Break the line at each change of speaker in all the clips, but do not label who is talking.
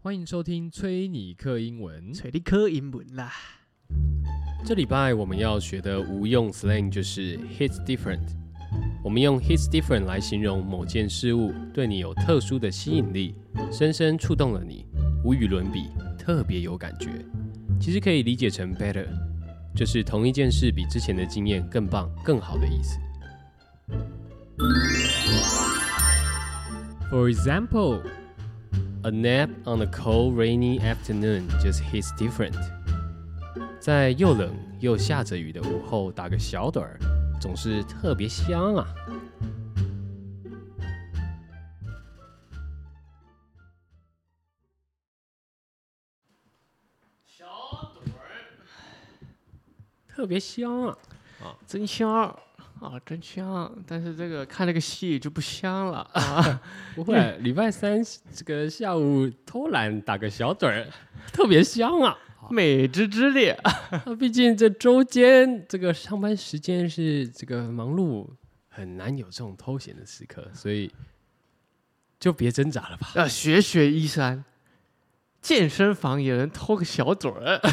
欢迎收听崔尼克英文。
找你考英文啦。
这礼拜我们要学的无用 slang 就是 hits different。我们用 hits different 来形容某件事物对你有特殊的吸引力，深深触动了你，无与伦比，特别有感觉。其实可以理解成 better，就是同一件事比之前的经验更棒、更好的意思。For example, a nap on a cold, rainy afternoon just hits different. 在又冷又下着雨的午后打个小盹儿，总是特别香啊！小盹儿，特别香啊！
真香啊，真香！但是这个看那个戏就不香了啊，
不会，礼拜三这个下午偷懒打个小盹儿，特别香啊！
美滋滋的。
那啊毕竟这周间这个上班时间是这个忙碌，很难有这种偷闲的时刻，所以就别挣扎了吧。
要啊学学一三，健身房也能偷个小盹 儿。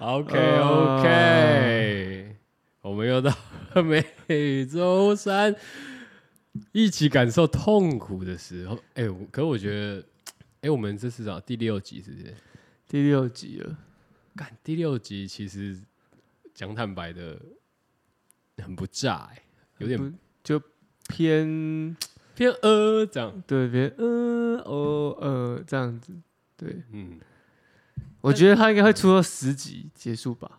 OK
呃
啊 OK，、我 们又到了每周三一起感受痛苦的时候。哎、我可我觉得，哎、我们这是找第六集是不是？
第六集了，
干第六集其实讲坦白的很不炸、哎，有点
不就偏
偏呃这样。
对偏嗯哦呃这样子。对，
嗯
我觉得他应该会出到十集结束吧？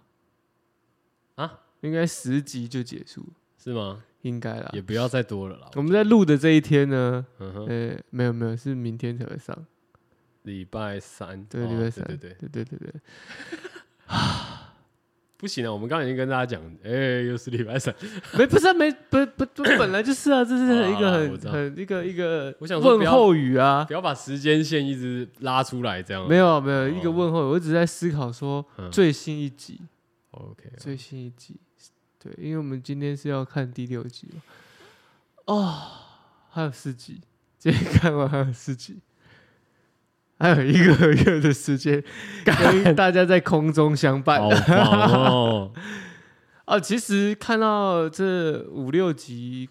啊，
应该十集就结束，
是吗？
应该啦
也。不要再多了啦。
我们在录的这一天呢，
嗯哼，
呃，没有没有，是明天才会上。
礼拜三，
对
哦
礼拜三
对对对，
对对对对，
不行啊！我们刚才已经跟大家讲，哎、又是礼拜三，
没不是啊没不不不本来就是啊，这是一
好啦
个
我知
很
道
很一个一个
我想说不
问
要
候语啊
不，要把时间线一直拉出来，这样
没有啊没有一
哦
个问候语，我只是在思考说
嗯
最新一集
OK 啊。
最新一集，对，因为我们今天是要看第六集嘛，哦，还有四集，今天看完还有四集。还有一个月的 时间，跟大家在空中相伴。
好棒哦！
啊，其实看到这五六集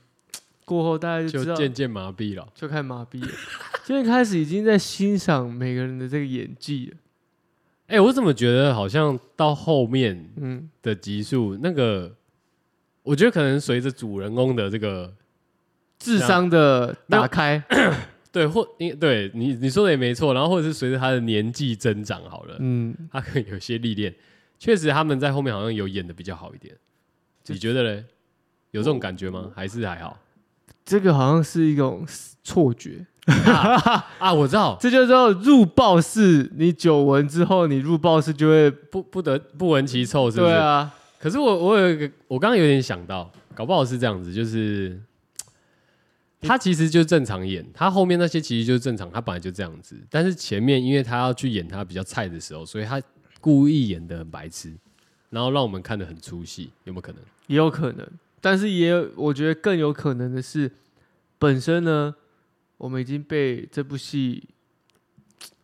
过后，大家就知
就
道
渐渐麻痹了。
就看麻痹了。 现在开始已经在欣赏每个人的这个演技了。
哎、我怎么觉得好像到后面
嗯，
的集数，那个我觉得可能随着主人公的这个
智商的
没有
打开，
对或你对你你说的也没错，然后或者是随着他的年纪增长好了，
嗯，
他可能有些历练，确实他们在后面好像有演的比较好一点。
就
你觉得嘞？有这种感觉吗？还是还好
这个好像是一种错觉。
啊？我知道，
这就叫入报式，你久闻之后，你入报式就会，
不不得不闻其臭，是不是？
对啊，
可是我我有一个，我刚刚有点想到，搞不好是这样子，就是他其实就正常演，他后面那些其实就是正常，他本来就这样子。但是前面因为他要去演他比较菜的时候，所以他故意演的很白痴，然后让我们看得很出戏，有没有可能？
也有可能。但是也有，我觉得更有可能的是，本身呢，我们已经被这部戏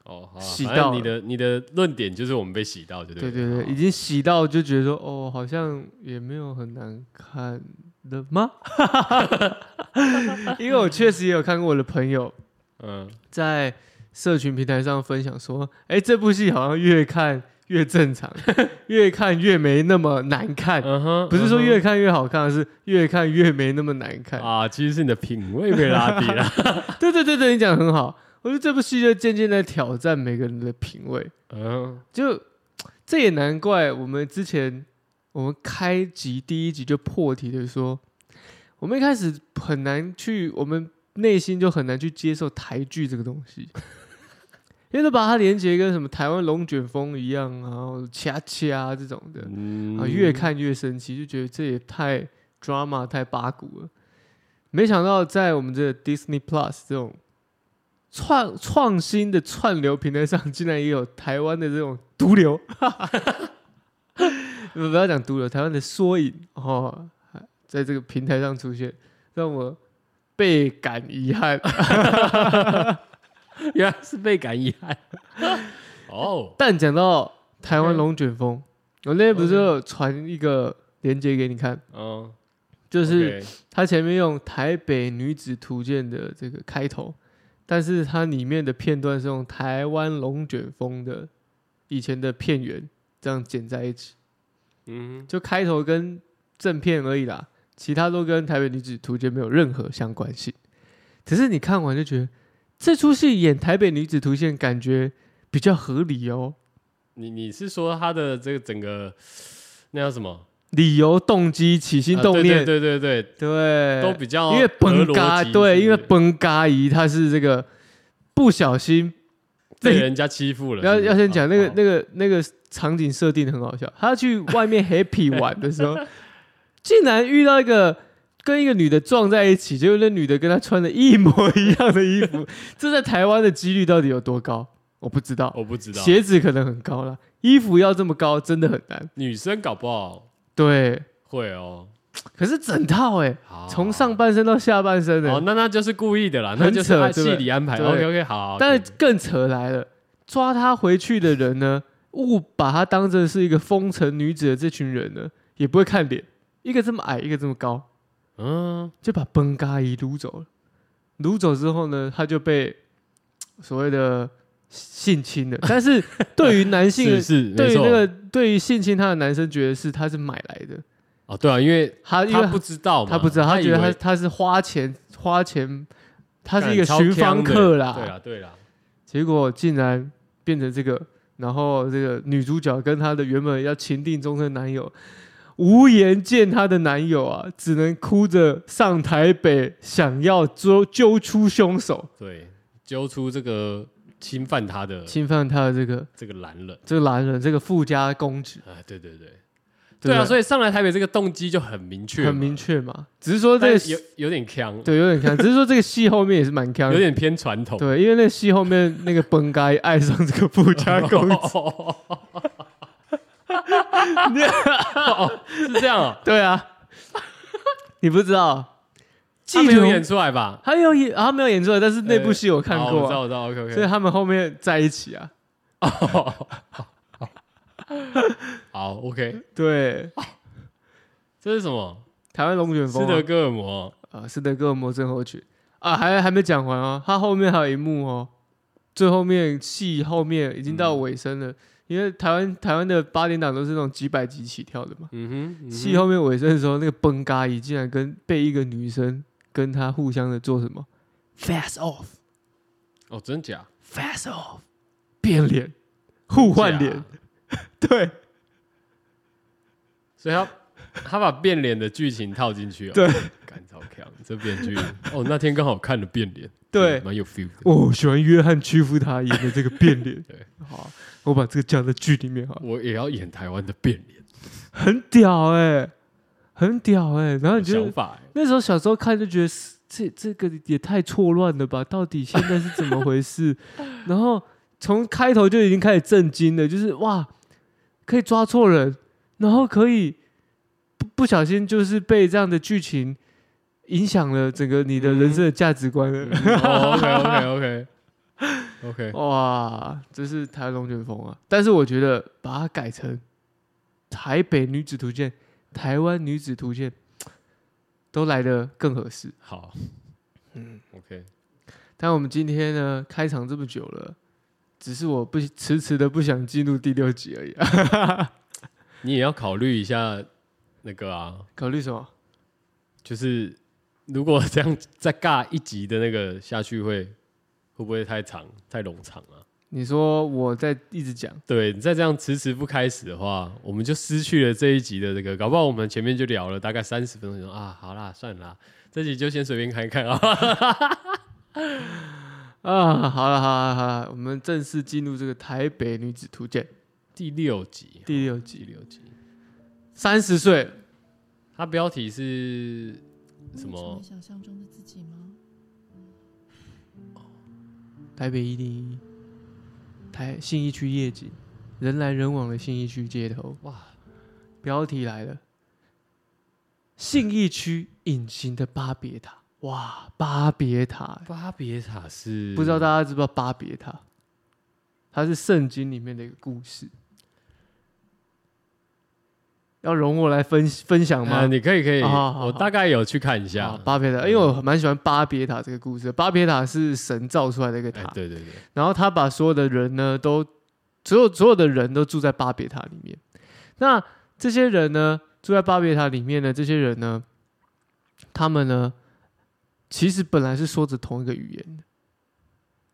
哦，好啊、
洗
反正
到了
你的你的论点就是我们被洗到，对啊不
对
对？
对对，已经洗到就觉得说，哦，好像也没有很难看的吗？ 因为我确实也有看过我的朋友
嗯，
在社群平台上分享说，哎，这部戏好像越看越 正常，越看越没那么难看。
嗯哼，
哎不是说
嗯哼
越看越好看，而是越看越没那么难看。
啊，其实是你的品味被拉低 了。
对对对对，你讲得很好。我觉得这部戏就渐渐在挑战每个人的品味。
嗯，
就这也难怪，我们之前我们开集第一集就破题的说，我们一开始很难去，我们内心就很难去接受台剧这个东西， 因为都把它连接跟什么台湾龙卷风一样啊，然后掐掐这种的，
嗯
啊，越看越生气，就觉得这也太 drama 太八股了。没想到在我们这个 Disney Plus 这种创创新的串流平台上，竟然也有台湾的这种毒瘤， 不要讲毒瘤，台湾的缩影哦，在这个平台上出现，让我倍感遗憾。
原来是倍感遗憾。 哦，
但讲到台湾
OK
龙卷风，我那天不是有传一个链接给你看，
嗯，
就是它前面用台北女子图鉴的这个开头，但是它里面的片段是用台湾龙卷风的以前的片源这样剪在一起，
嗯
就开头跟正片而已啦，其他都跟台北女子图鉴没有任何相关性。只是你看完就觉得这出戏演台北女子图鉴感觉比较合理
哼，
哦。
你你是说他的这个整个那叫什么？
理由、动机、起心
啊
动念，
对对对对
对
对，都比较
因为
哦合
崩
逻
嘎，
辑
对，
是
因为
不是
崩嘎姨她是这个不小心，
被
对
人家欺负了。
要
是不是
要先讲那个、
哦
那个那个场景设定很好笑，她去外面 happy 玩的 时候，竟然遇到一个。跟一个女的撞在一起，结果那女的跟她穿的一模一样的衣服，这在台湾的几率到底有多高？我不知道，
哦我不知道，
鞋子可能很高啦，衣服要这么高真的很难。
女生搞不好
对，
会哦。
可是整套哎、
好啊
从上半身到下半身的、哎
哦，那那就是故意的啦，
很
那就是
扯
按
对
戏
不对
里安排。
对
OK OK，好。
但
对
更扯来了，抓他回去的人呢，误把他当成是一个风尘女子的这群人呢，也不会看脸，一个这么矮，一个这么高，
嗯，
就把崩嘎姨掳走了。掳走之后呢，他就被嘖所谓的性 侵了。但是对于男性
是是
的，
没
对于
错
那个对于性侵他的男生，觉得是他是买来的，
哦，对啊，因为
他因为
他不知道嘛，
他不知道，他觉得
以
他
为
他是花钱花钱，他是一个
干超
寻芳
强的
客啦，
对啦啊对啦，
结果竟然变成这个，然后这个女主角跟她的原本要情定终身的男友，无颜见她的男友啊，只能哭着上台北，想要揪揪出凶手，
对，揪出这个侵犯他的
侵犯她的这个
这个男人
这个男人，这个富家公子，
啊，对对对，
对
对
不
啊，所以上来台北这个动机就很明确嘛，
很明确嘛。只是说这
但
个
是有有点强，
对有点看，只是说这个戏后面也是蛮强
有。点偏传统，
对，因为那个戏后面那个崩该爱上这个富家 公子，
是这样 啊，
对啊，你不知道，
他没有演出来吧？
他有演，他没有演出来，但是那部戏我看
好
过
我知
啊、
道我知道，OK
所
OK，
以他们后面在一起啊。
好 OK，
对，
这是什么？
台湾龙卷风、
斯
啊，
德哥尔摩
啊，斯德哥尔摩症候群啊，还还没讲完啊，他后面还有一幕哦，最后面戏后面已经到尾声
嗯
了，因为台湾台湾的八点档都是那种几百集起跳的嘛，
嗯哼，嗯哼
戏、后面尾声的时候，那个崩嘎姨竟然跟被一个女生跟他互相的做什么 fast off
哦，真假？
fast off 变脸互换
假
脸，对。
所以他他把变脸的剧情套进去、哦，
对，
干超强，这编剧哦，那天刚好看了变脸，
对
蛮有 feel 的。
哦，喜欢约翰·屈服他演的这个变脸。
对，
好，我把这个讲在剧里面哈，
我也要演台湾的变脸，
很屌哎、很屌哎、然
有
后你就
想法欸
那时候小时候看就觉得是这这个也太错乱了吧？到底现在是怎么回事？然后从开头就已经开始震惊了，就是哇，可以抓错人，然后可以不不小心就是被这样的剧情影响了整个你的人生的价值观了。
OK OK OK OK，
哇，这是台湾龙卷风啊！但是我觉得把它改成台北女子图鉴、台湾女子图鉴，都来得更合适。
好，嗯，OK，
但我们今天呢，开场这么久了，只是我不迟迟的不想进入第六集而已、啊。
你也要考虑一下那个啊，
考虑什么？
就是如果这样再尬一集的那个下去会会不会太长太冗长啊？
你说我在一直讲，
对你再这样迟迟不开始的话，我们就失去了这一集的这个，搞不好我们前面就聊了大概三十分钟啊，好啦，算啦，这集就先随便看一看啊。
啊，好了好了好了，我们正式进入这个台北女子图鉴
第六集，
第六
第
集。
六集，
三十岁，
它标题是什么
成为想象中的自己吗？
台北一零一，台信义区夜景，人来人往的信义区街头。
哇，
标题来了，信义区隐形的巴别塔。哇，巴别塔，
巴别塔是
不知道大家知不知道巴别塔？它是圣经里面的一个故事。要容我来分分享吗？
呃你可以可以，
哦好好
我
好
大概有去看一下。
啊，巴别塔，因为我蛮喜欢巴别塔这个故事。巴别塔是神造出来的一个
哎
塔，
对对对，
然后他把所有的人呢，都所有所有的人都住在巴别塔里面。那这些人呢，住在巴别塔里面的这些人呢，他们呢，其实本来是说着同一个语言的，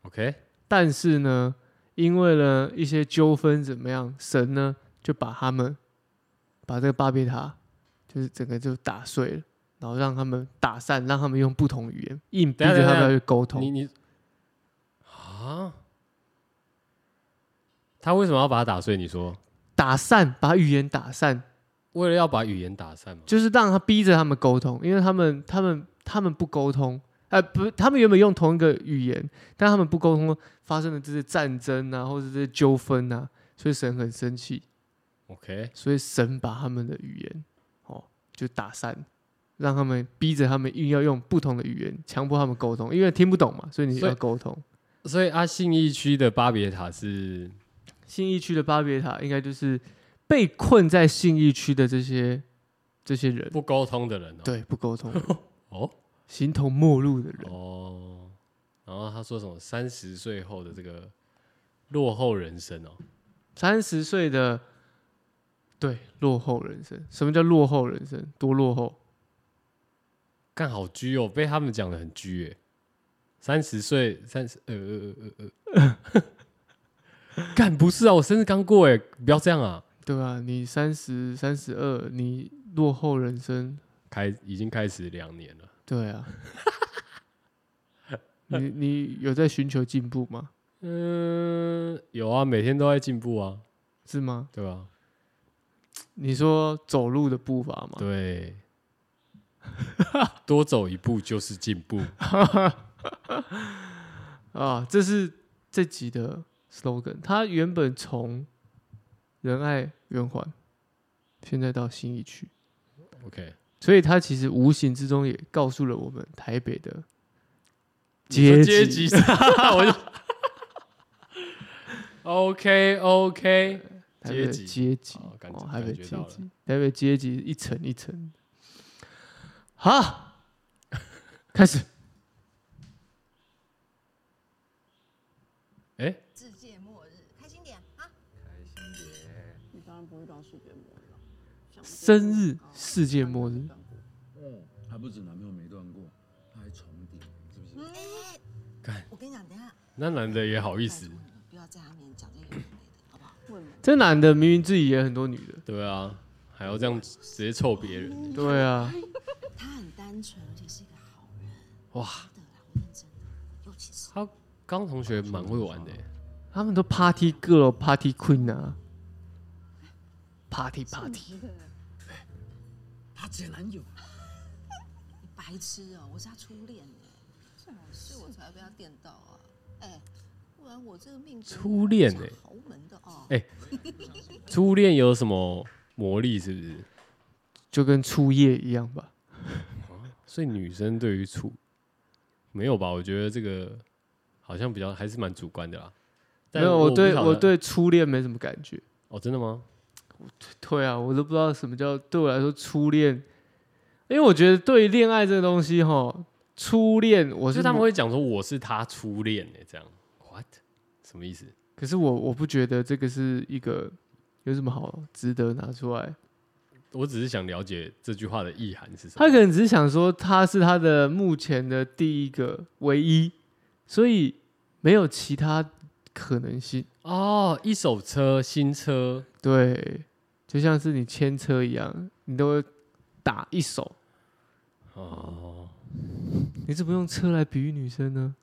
OK，
但是呢，因为呢一些纠纷怎么样，神呢就把他们把这个巴别塔就是整个就打碎了。然后让他们打散，让他们用不同语言，硬逼
等一下
着他们
等一
要去沟通
你。你啊，他为什么要把它打碎？你说
打散，把语言打散，
为了要把语言打散吗？
就是让他逼着他们沟通，因为他们他们他们不沟通，呃，不，他们原本用同一个语言，但他们不沟通，发生了这些战争啊，或者这些纠纷啊，所以神很生气，
OK，
所以神把他们的语言哦就打散，让他们逼着他们硬要用不同的语言，强迫他们沟通，因为听不懂嘛，所以你
所以
要沟通。
所以阿信义区的巴别塔是
信义区的巴别塔应该就是被困在信义区的这些这些人，
不沟通的人哦。
对，不沟通的人，
哦
形同陌路的人。
哦，然后他说什么三十岁后的这个落后人生哦，
三十岁的，对，落后人生。什么叫落后人生？多落后？
干好居哦，被他们讲的很居耶。三十岁，三十呃呃呃呃呃， 干不是啊，我生日刚过哎，不要这样啊，
对吧、你三十三十二，你落后人生，
开已经开始两年了，
对啊。你你有在寻求进步吗？
嗯，有啊，每天都在进步啊，
是吗？
对吧？
你说走路的步伐吗？
对，多走一步就是进步。
啊，这是这集的 slogan。它原本从仁爱圆环，现在到新义区。
OK，
所以它其实无形之中也告诉了我们台北的
你说阶
阶级
级 差，我就 OK OK，
台北的
阶级
阶级
哦感
哦
觉，
台
感
北
觉
阶级
到了，
台北阶级一层一层。好， 开始。
世界末日，开心点啊！
你当然不会当世界末日了。想不通
生日世界末日，
嗯，还不止男朋友没断过，他还重叠，是不是？
嗯
哎我跟你讲，等一下
那男的也好意思，
拜托你不要在他面前讲这个有的没的，好不好？
为什么？
这男的明明自己也很多女的，
对啊，还要这样直接臭别人，
对啊，
他很单纯，而且是一个好人。
哇，
真的啦，我认真的，尤其是
他刚同学蛮会玩的耶，
他们都 party girl、party queen 啊，party party，
他前男友
你白痴哦、我是他初恋哎、
啊
所以我才被他电到啊！哎、不然我这个命格
初恋哎
是豪门的哦、
哎初恋有什么魔力是不是？
就跟初夜一样吧。
所以女生对于初没有吧？我觉得这个好像比较还是蛮主观的啦。
没
但
有，我
不
对
晓
我
得
对初恋没什么感觉。
哦，真的吗？
对啊，我都不知道什么叫对我来说初恋，因为我觉得对于恋爱这个东西哈，初恋我
就是是他们
会，
会讲说我是他初恋哎、这样 what 什么意思？
可是我我不觉得这个是一个有什么好值得拿出来。
我只是想了解这句话的意涵是什
他
么。
可能只是想说他是他的目前的第一个唯一，所以没有其他可能性。
哦，一手车新车
对，就像是你牵车一样，你都会打一手，
哦，
你怎么用车来比喻女生呢？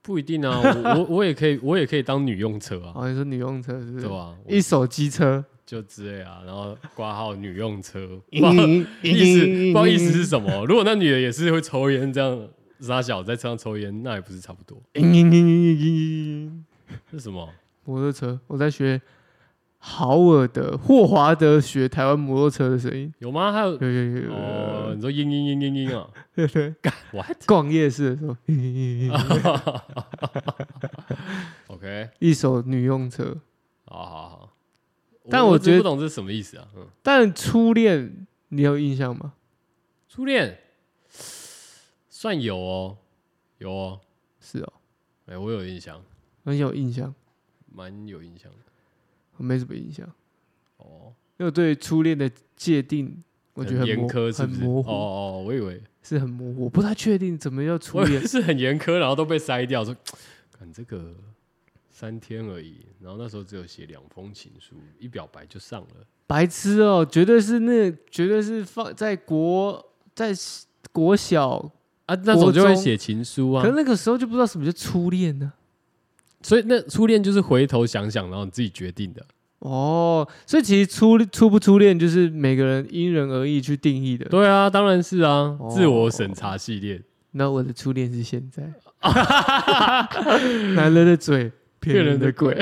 不一定啊，我 我我也可以，我也可以当女用车啊，
好哦像说女用车是不
对
是？
啊吧、我
一手机车。
就之类啊，然后挂号女用车，不知道
嗯
意思不知道意思是什么。如果那女的也是会抽烟，这样傻小在车上抽烟，那也不是差不多？
嘤嘤嘤嘤嘤嘤嘤嘤
是什么？
摩托车，我在学豪尔德、霍华德学台湾摩托车的声音。
有吗？还有
有有有有有
哦，
有，
你说嘤嘤嘤嘤嘤啊
对对，
？What？
逛夜市的时候，
啊 OK，
一手女用车。
好好好。
但
我
我
一直
觉得
不懂这是什么意思啊？嗯，
但初恋你有印象吗？
初恋算有哦，有哦，
是哦，
哎、我有印象，
很有印象，
蛮有印象的
我没什么印象，
哦。
因为我对初恋的界定我觉得
很
很
严
模
苛，是
很
不是？
模
哦
糊，
哦，我以为
是很模糊，我不太确定怎么叫初
我以为
恋。
是很严苛，然后都被筛掉，说看这个三天而已，然后那时候只有写两封情书，一表白就上了。
白痴哦，绝对是那，绝对是放在国在国小，
啊，那种就会
国中
写情书啊
可，是那个时候就不知道什么叫初恋呢、
所以那初恋就是回头想想，然后你自己决定的。
哦，所以其实初初不初恋就是每个人因人而异去定义的。
对啊，当然是啊，
哦
自我审查系列，
那我的初恋是现 在，男人的嘴，骗人的鬼。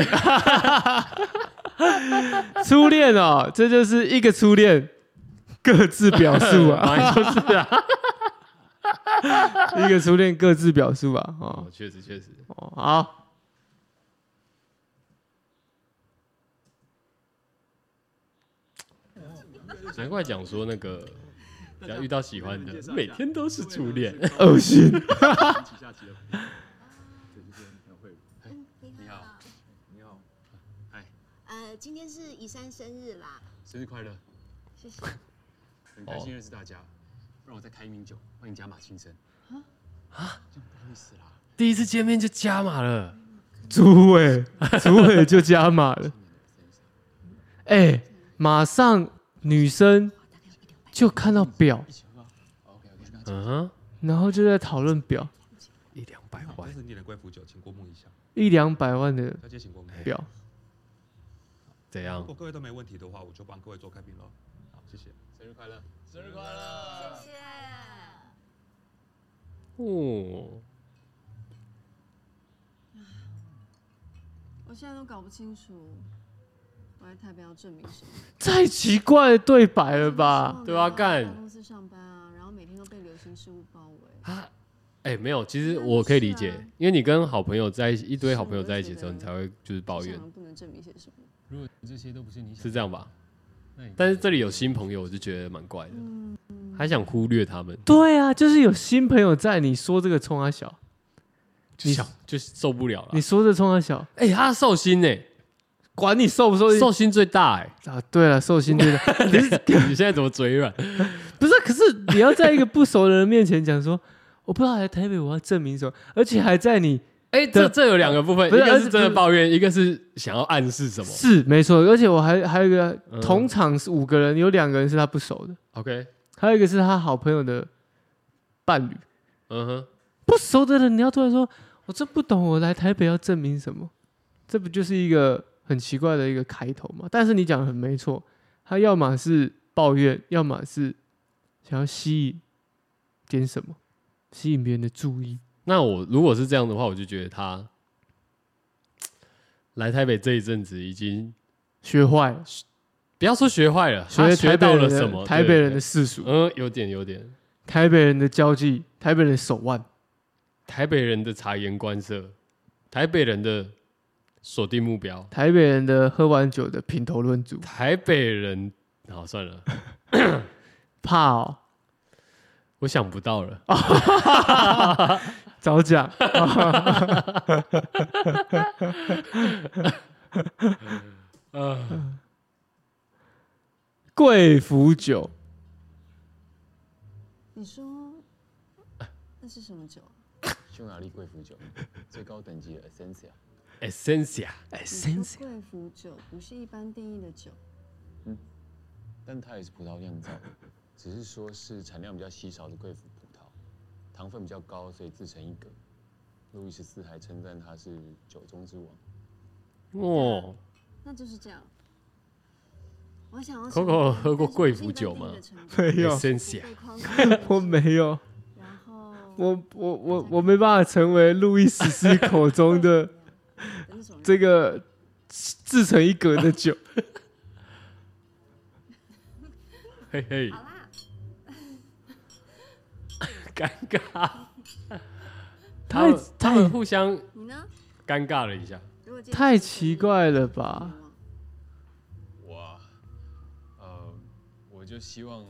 初恋哦，这就是一个初恋， 各自表述啊，
就是啊。
一个初恋各自表述啊。哦
哦，确实确实，
哦，好，
难怪讲说那个，只要遇到喜欢的，每天都是初恋。
恶心。
旗下棋的朋友，对，就是很会。
哎
嗯，你好。
你好哎你好，
呃，今天是宜珊生日啦，
生日快乐！
谢谢。
很开心认识大家，不然我再开一瓶酒，欢迎加码庆生。啊啊，这样不好意思啦。
第一次见面就加码了，
主委，主委就加码了。 哎、马上女生就看到表，
嗯哼，
然后就在讨论表，
一两百
这
万，
是你的贵妇酒，请过目一下。
一两百万的
小姐，请过目。
表。
怎
如
样？
果各位都没问题的话，我就帮各位做开瓶喽。好，谢谢。生日快乐！生日快乐！
谢谢。
哦，
我现在都搞不清楚，我来台北要证明什么？
太奇怪的对白了吧？
对啊干
在公司上班啊，然后每天都被流行事物包围。
哎、没有，其实我可以理解，
是啊
因为你跟好朋友在一起，一堆
是
好朋友
我就
在一
觉
起的时候，
得
你才会就是抱怨
啊
好，像不能证明些什么。
如果这些都不是你想
是这样吧？但是这里有新朋友，我就觉得蛮怪的，还想忽略他们，
对啊，就是有新朋友在，你说这个冲他小，
就想就受不了了
你。说这冲他小，
哎、他寿星呢、
管你受不受
寿星最大哎、
啊？对了， 受心对的，
你现在怎么嘴软？
不是，可是你要在一个不熟的人面前讲说，我不知道来台北我要证明什么，而且还在你
哎、这这有两个部分，一
不是
个
而
是
是
真
不
的
是
抱怨，一个是想要暗示什么。
是没错，而且我还还有一个
嗯
同场是五个人，有两个人是他不熟的，
OK，
还有一个是他好朋友的伴侣，
嗯哼，
不熟的人你要突然说，我真不懂，我来台北要证明什么？这不就是一个很奇怪的一个开头吗？但是你讲的很没错，他要么是抱怨，要么是想要吸引点什么，吸引别人的注意。
那我如果是这样的话，我就觉得他来台北这一阵子已经
学坏了，
不要说学坏了，他
学
学
台北
到
人
了
的
什么？
台
对
北人的，世俗
对，嗯，有点有点，
台北人的交际，台北人的手腕。
台北人的察言观色，台北人的锁定目标，
台北人的喝完酒的品头论足，
台北人，好算了，
怕哦，
我想不到了。
啊早 讲。呃贵腐酒，
你说那是什么酒啊？
匈牙利贵腐酒， 最高等级的 Essencia。
Essencia，
哎
你说贵腐酒不是一般定义的酒，
但它也是葡萄酿 造的，只是说是产量比较稀少的贵腐葡萄，糖分比较高，所以自成一格。路易十四还称赞它是酒中之王。
哦，
那就是这样。我想要
Coco 喝过贵腐
腐
酒吗
没有，
Essencia
我没有，
然后
我我我我没办法成为路易十四口中的
那种人
这个自成一格的酒。
嘿嘿，
好啦，
尴尬。他
太
们他们互相
你呢？
尴尬了一下。
如果今天
太奇怪了吧？
我啊，呃，我就希望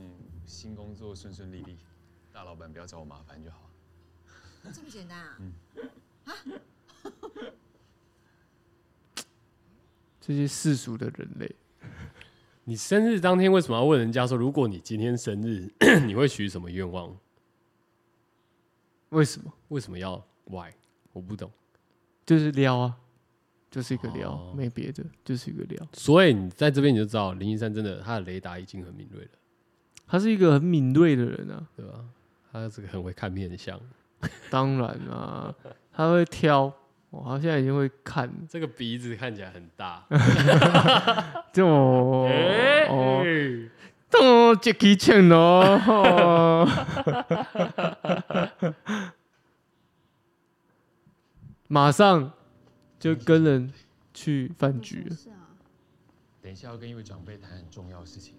新工作顺顺利利，大老板不要找我麻烦就好。
这么简单啊？
这些世俗的人类，
你生日当天为什么要问人家说，如果你今天生日， 你会许什么愿望？
为什么？
为什么要 why？我不懂。
就是撩啊，就是一个撩，
哦
没别的，就是一个撩。
所以你在这边你就知道，林一山真的他的雷达已经很敏锐了，
他是一个很敏锐的人啊，
对吧？他这个很会看面相，
当然啊，他会挑。哦，他现在已经会看了，
这个鼻子看起来很 大。
就哦
哎
哦，咚，Jackie Chan 哦哦， 马上就跟人去饭局了。
是啊，
等一下要跟一位长辈谈很重要的事情，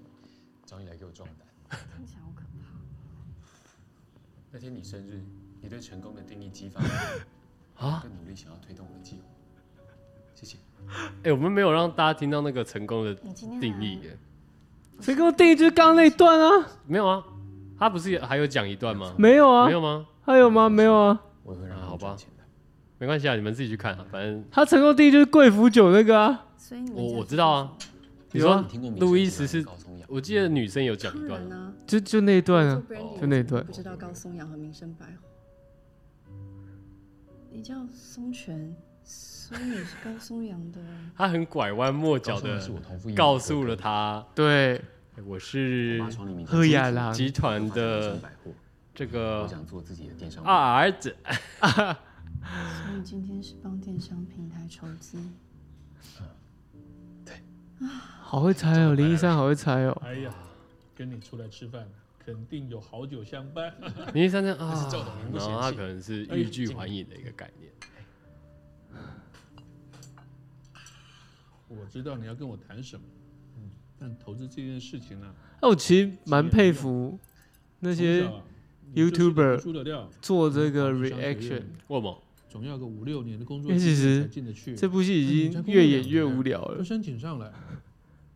找你来给我壮胆。
听起来好可怕。
那天你生日，你对成功的定义激发了我，
啊
更努力想要推动我的计划。谢谢。
哎、我们没有让大家听到那个成功的定义耶，
谁给我定义就是刚刚那一段啊？
没有啊？他不是也还有讲一段吗？
没有啊
没，有吗？
还有吗？没有啊。
我也会让
啊好
你
吧
赚钱的。
没关系啊，你们自己去看啊，反正
他成功定义就是贵腐酒那个啊。
所以你
我我知道啊。你
有啊
说
你听过
路易斯是
高松阳？
我记得女生有讲一
当
段
然，啊，
就就那一段啊
做，Brandy
就那一段
不知道高松阳和民生百货。你叫松泉，所以你是高松阳的。
他很拐弯抹角
高松
的
阳是我同父异母
告诉了他，
对，
哎我是
马床里面
喝雅郎
集团的啊
百货，
这
我
个
想做自己的电商。
二儿子。
所以今天是帮电商平台筹资，
好会猜哦，林一山好会猜哦，
哎呀，跟你出来吃饭，肯定有好酒相伴。
林一山 这样啊
赵董明，不
然
嫌弃
后他可能是
哎
欲拒还迎的一个概念。
我知道你要跟我谈什么，嗯，但投资这件事情啊呢、
那我其实蛮佩服那
那
些
出的料，
做这个
你就是读书的料
reaction，
为什么？
总要个五六年的工作
因为其
经验
实
才进得去。
这部戏已经越演越无聊
就
了，
申请上来，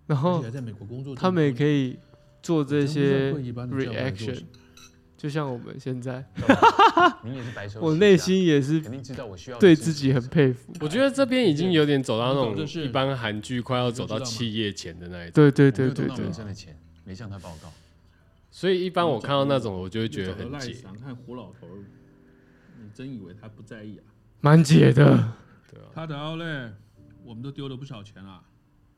然
而
后
且还在美国工作这么多年，
他们也可以做这些
我真不知道会议把你叫过来做
reaction，
什么
就像我们现在，
你也是白手
我
起
内
家
心也是
肯定知道我需要的
对
是
自己
什
很
么
佩服，
我觉得这边已经有点走到那
你懂
种
就是
一般韩剧快要走到七夜前的那一种，
对对
我没
对
有
对
动到
对
民，生的钱，没向他报告。
所以一般我看到那种，我就会
就
觉得
找
很
了赖
解，
翔和胡老头儿，你真以为他不在意啊？
蛮解的，
对啊。
他的奥莱，我们都丢了不少钱啊。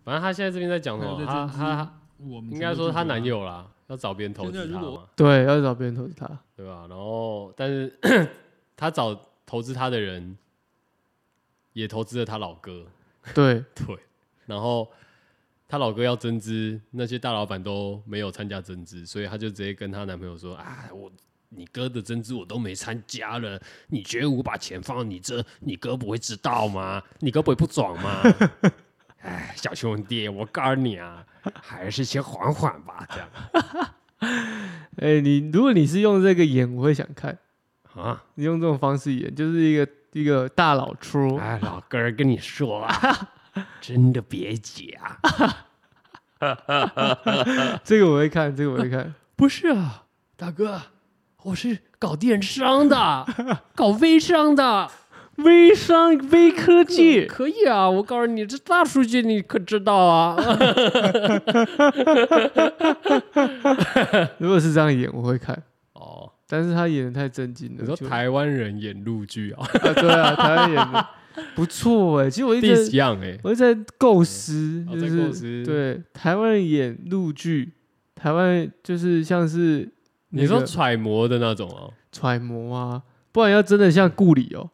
反正他现在这边在讲什
还
么？
哦有在
他
增
他
资
他
我们
应该说
他
他男友啦，要找别人投资
现在
他
如果
嘛，
对，要找别人投资他，
对吧？然后，但是 他找投资他的人也投资了他老哥，
对，
对。然后他老哥要增资，那些大老板都没有参加增资，所以他就直接跟她男朋友说：“啊，我你哥的增资我都没参加了，你觉悟把钱放到你这，你哥不会知道吗？你哥不会不爽吗？” 哎，小兄弟，我告诉你啊，还是先缓缓吧，这样
哎，你如果你是用这个演，我会想看。
啊。
你用这种方式演，就是一个一个大佬出，
哎，老哥儿跟你说啊， 真的别急啊！
这个我会看，这个我会看。
不是啊，大哥，我是搞电商的，搞微商的。
微商微 科技，
可以啊，我告诉你，这大数据你可知道 啊？
如果是这样演，我会看。
哦，
但是他演的太震惊了，
你说
就
台湾人演陆剧啊
啊对啊，台湾演 的不错哎、其实我一
，This
直
Young 哎，
我一直在构思，
哦
就
在
是、
构思
对台湾人演陆剧，台湾就是像是那
你说
个
揣摩的那种哦，
揣摩啊，不然要真的像顾里哦，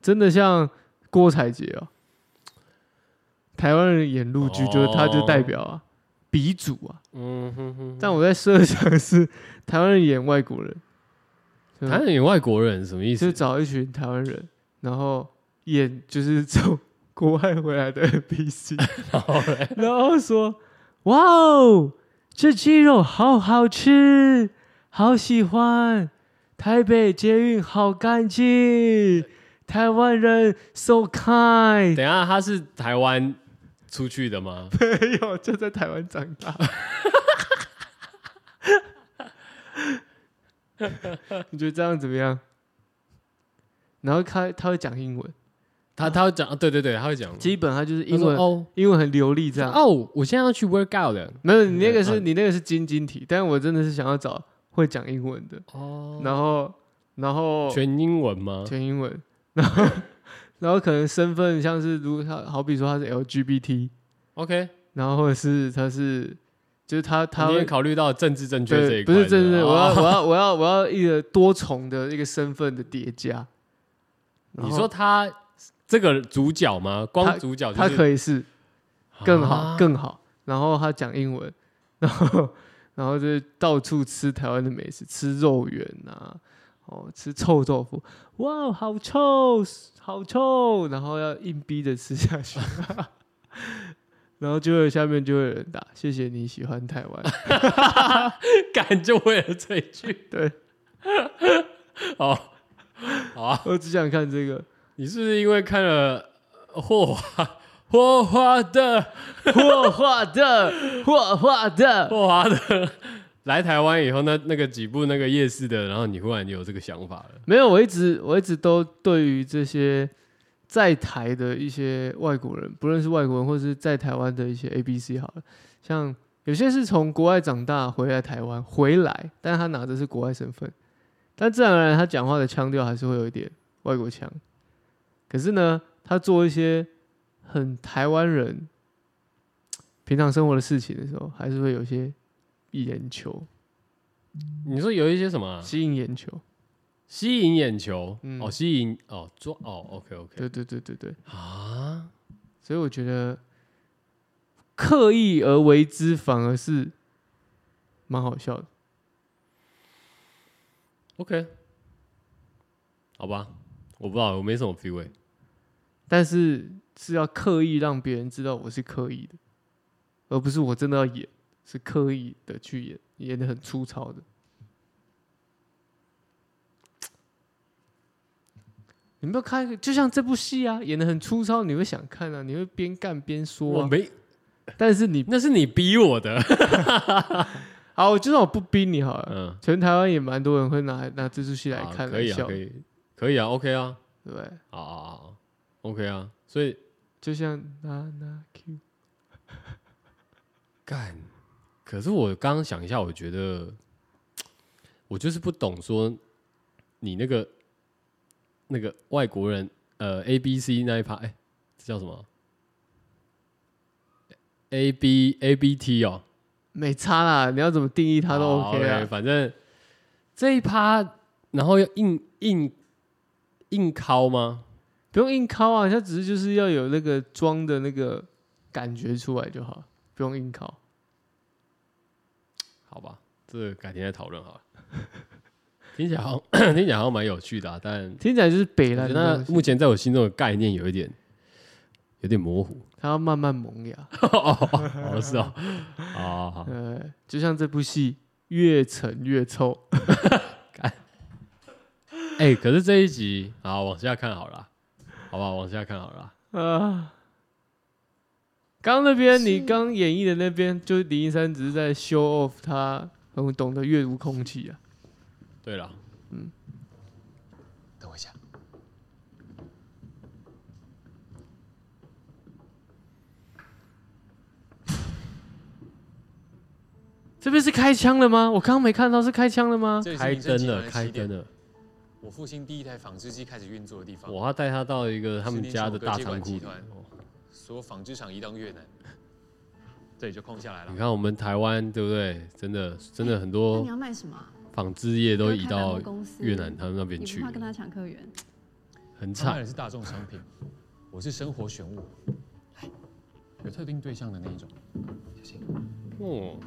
真的像郭采洁哦，台湾人演陆剧，就是他
哦
就代表啊，鼻祖啊。
嗯哼哼
但我在设想的是台湾人演外国人，就
台湾人演外国人什么意
就
思？
找一群台湾人，然后演就是这种国外回来的 NPC，
然后嘞，
然后说：“哇哦，这鸡肉好好吃，好喜欢！台北捷运好干净，台湾人 so kind。
等一下他是台湾出去的 吗？”
没有，就在台湾长 大。你觉得这样怎么样？然后他他会讲英文，
他他会讲，啊对对对，他会讲
基本他就是
他
英
说
文，
哦
英文很流利这样。
哦，我现在要去 work out 了
没有，你那个
对
是
嗯
你那个是晶晶体，但我真的是想要找会讲英文的，
哦，
然后然后
全英文吗？
全英文，然后 然后可能身份像是如果他好比说他是 LGBT，
OK，
然后或者是他是就是他他
你也
会
考虑到政治正确这
对
一
不
块，
是真的，
对吧
我 要
哦
我要我要我要一个多重的一个身份的叠加。然
你
后
说他这个主角吗？光主角就
他
是
可以是更好、
啊
更好，然后他讲英文，然后然后就是到处吃台湾的美食，吃肉圆啊，哦，吃臭豆腐，哇，哦好臭，好臭，然后要硬逼着吃下去， 然后就会下面就会有人打，谢谢你喜欢台湾，
敢就为了这一句，
对
好，好啊。
我只想看这个
你是不是因为看了呃霍华霍华的
霍华的霍华的，
霍华的来台湾以后，那那个几部那个夜市的，然后你忽然有这个想法了？
没有，我一直我一直都对于这些在台的一些外国人，不论是外国人或是在台湾的一些 A、B、C 好了，像有些是从国外长大回来台湾回来，但他拿的是国外身份，但自然而然他讲话的腔调还是会有一点外国腔。可是呢，他做一些很台湾人平常生活的事情的时候，还是会有一些眼球
你说有一些什么啊、
吸引眼球。
吸引眼球？
嗯
哦，吸引哦，抓哦，OK OK
对对对对对。
啊，
所以我觉得刻意而为之，反而是蛮好笑的。
OK，好吧，我不知道，我没什么 feel 欸
但是是要刻意让别人知道我是刻意的，而不是我真的要演，是刻意的去演，演的很粗糙的。你没有看，就像这部戏啊，演的很粗糙，你会想看啊，你会边干边说、
我
啊。
没，
但是你
那是你逼我的。
好，我就算我不逼你好了，
嗯，
全台湾也蛮多人会拿拿这出戏 来
好
看
可
来
以啊，
笑
可
的，
以，可以啊，OK 啊，
对不对？
啊啊啊啊，OK 啊，所以
就像啊那那 Q，
干，可是我刚刚想一下，我觉得我就是不懂说你那个那个外国人呃 A B C 那一趴，哎、这叫什么？A B A B T 哦，
没差啦，你要怎么定义它都
好
OK 啊。
反正这一趴，然后要硬硬硬敲吗？
不用硬靠啊，它只是就是要有那个装的那个感觉出来就好，不用硬靠。
好吧，这个改天再讨论好了。 听起来好像 听起来好像蛮有趣的、啊，但
听起来就是北
我
兰
觉
的
得
东西，
目前在我心中的概念有一点有点模糊。
它要慢慢萌芽。
哦，是哦， 哦，好
呃，就像这部戏越沉越臭，
哎、可是这一集，好往下看好了，好吧，往下看好了。
啊。刚那边你刚演绎的那边，就是林一山只是在 show off 他很懂得阅读空气啊。
对了，
等我一下，
这边是开枪了吗？我刚刚没看到是开枪了吗？
这里是
开
民生
灯
集团
了，
的
开
起点
灯了，
我父亲第一台纺织机开始运作的地方，
我要带他到一个他们家的大仓库
是
里
林小哥接管集团。
哦
所有纺织厂移到越南，这里就空下来
你
了。
看我们台湾对不对？真的，真的很
那
多
你要卖什么啊？
纺织业都
你
移
要开百
到
货公司
越南他们那
你
边去
不怕
了，
跟他抢客源？
很
他卖
惨。
的是大众商品，我是生活选物，有特定对象的那一种。小心，嗯
哦，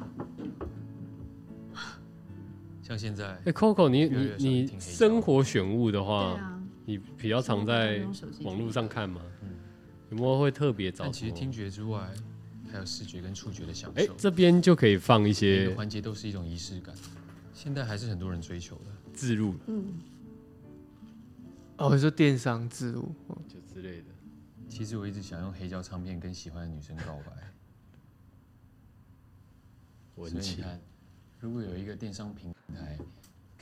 像现在
哎、，c o c o 你
越来越少
你
人
你
听黑胶
生活选物的
对
话，
啊，
你比较常在
用手机
网络上看吗？
嗯
有没有会特别找
但
什
其实
么？
听觉之外，还有视觉跟触觉的享
哎
受，，
这边就可以放一
每个
些
环节都是一种仪式感，现在还是很多人追求的。
自入
嗯
哦，你说电商自入，哦
就之类的。
其实我一直想用黑胶唱片跟喜欢的女生告白，
文
所以你
青，
看，如果有一个电商平台，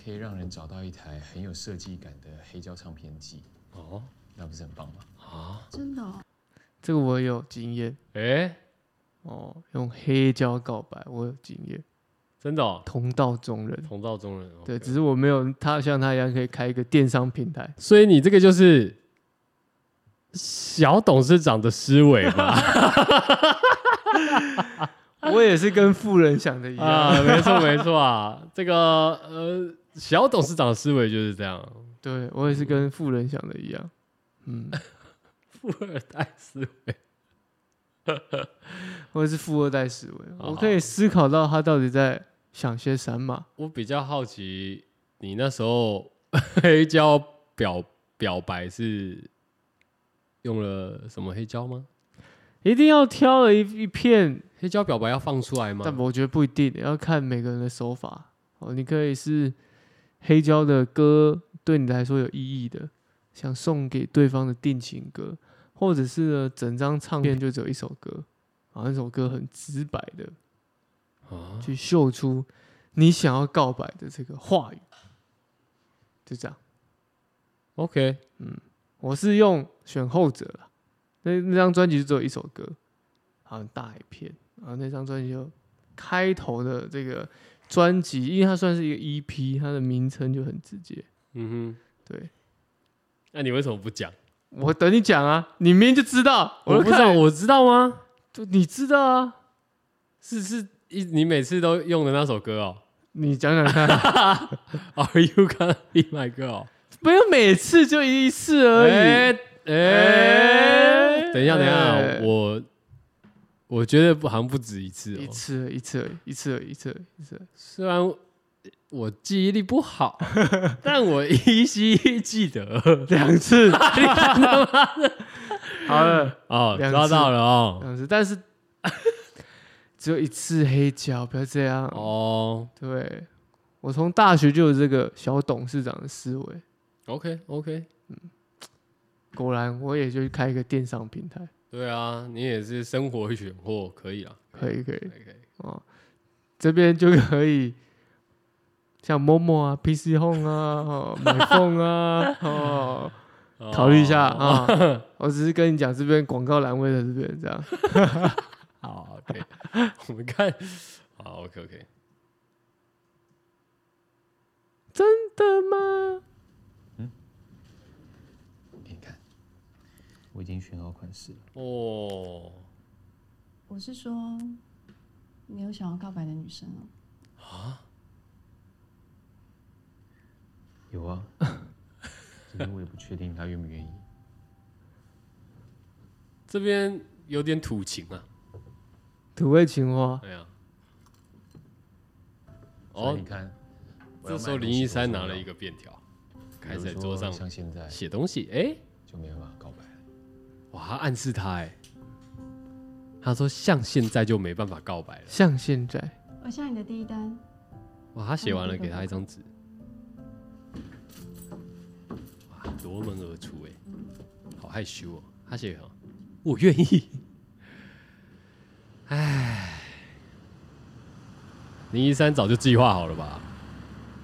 可以让人找到一台很有设计感的黑胶唱片机，
哦
那不是很棒吗？
啊，
真的、哦，
这个我有经验
嗯
哎、
哦，用黑胶告白我有经验，
真的、哦，
同道中人。
同道中人。哦
对，
OK
只是我没有他像他一样可以开一个电商平台。
所以你这个就是小董事长的思维嘛？
我也是跟富人想的一样，
啊，没错没错啊，这个呃，小董事长的思维就是这样，
对我也是跟富人想的一样。嗯，
富二代思维。
我也是富二代思维，
好
我可以思考到他到底在想些什么。
我比较好奇，你那时候 黑胶表表白是用了什么黑胶吗？
一定要挑了一一片，
黑胶表白要放出来吗？
但我觉得不一定，要看每个人的手法。哦，你可以是黑胶的歌，对你来说有意义的，想送给对方的定情歌，或者是呢，整张唱片就只有一首歌，啊，那首歌很直白的，
啊，
去秀出你想要告白的这个话语，就这样。
OK，
我是用选后者啦，那那张专辑就只有一首歌，好很大一片，然后那张专辑就开头的这个专辑，因为它算是一个 EP，它的名称就很直接。
嗯哼，
对
那你为什么不讲？
我等你讲啊，你明明就知道，
我
就
不知道，
看，
我知道吗？
就你知道啊，
是是一，你每次都用的那首歌哦
你讲讲 看，
，Are you gonna be my girl？
没有每次就一次而已。
哎哎，
哎
等一下，等一
哎
下，我我觉得不好像不止一次哦
一，次而已，一次而已，一次而已，一次而已，一次而已。
虽然我我记忆力不好， 但我依稀记得。
两次，好了，
哦，
两
抓
次嗯
到了哦。
两次，但是 只有一次黑胶，不要这样。哦，
哦
对，我从大学就有这个小董事长的思维，
，OK OK，
果然我也就开一个电商平台，
对啊，你也是生活选货，可以啦，
可以可以
可以可以。
哦，这边就可以。像 Momo 啊、PC Home 啊、哦、买凤啊，哦，
哦
考虑一下，啊、我只是跟你讲，这边广告栏位的这边这样。
哦好，OK，我 们看，好，OK OK，
真的吗？
给你看，我已经选好款式了。
哦，
我是说，你有想要告白的女生哦？
有 啊，只是我也不确定他愿不愿意。
这边有点土情啊，
土味情话，
哎呀，
哦，
哦
你，看，
这时候林一山拿了一个便条，
开
开在桌上
像现在
写东西，哎，
就没办法告白了。
哇，他暗示他，哎，他说像现在就没办法告白了，
像现在，
我下你的第一单，
哇，他写完了，给他一张纸。哇，夺门而出、欸，好害羞哦。他写哦，我愿意。唉，林一山早就计划好了吧？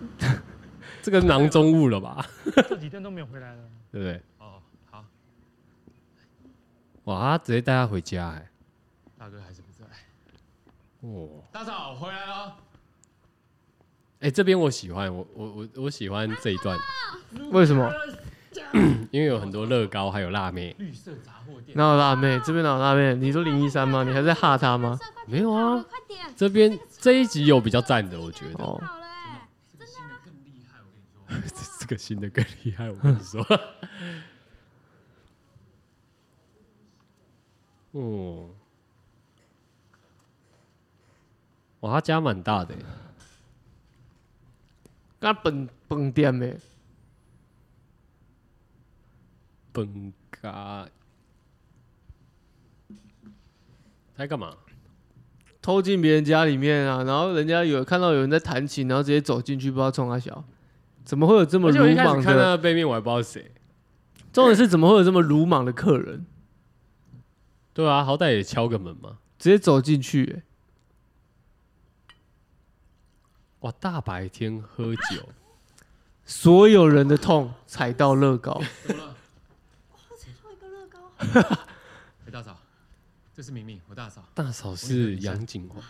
这个囊中物了吧？
这几天都没有回来了。
对不对？
哦，好，
哇，他直接带他回家、欸，哎，
大哥还是不在。
哦，
大嫂回来了，
哎，这边我喜欢，我我我我喜欢这一段，
为什么？
因为有很多乐高，还有辣妹。
绿色杂货店。
哪有辣妹？这边哪有辣妹？你说林一山吗？你还在哈他吗？
没有啊
快点，
这边这一集有比较赞的，我觉得。
哦，
好了哎，
这 这个新的更厉害，我跟你说。 哦，哇，他家蛮大的欸耶，
那本本店的
本家他在干嘛？
偷进别人家里面啊，然后人家有看到有人在弹琴，然后直接走进去，不知道冲他小，怎么会有这么
而且我一
鲁
开始
莽
看
的？
到背面，我还不知道是谁。
重点是怎么会有这么鲁莽的客人
对啊，好歹也敲个门嘛。
直接走进去、欸
哇，大白天喝酒，
所有人的痛踩到乐高，
哎，大嫂，这是明明，我大嫂。
大嫂是杨景华。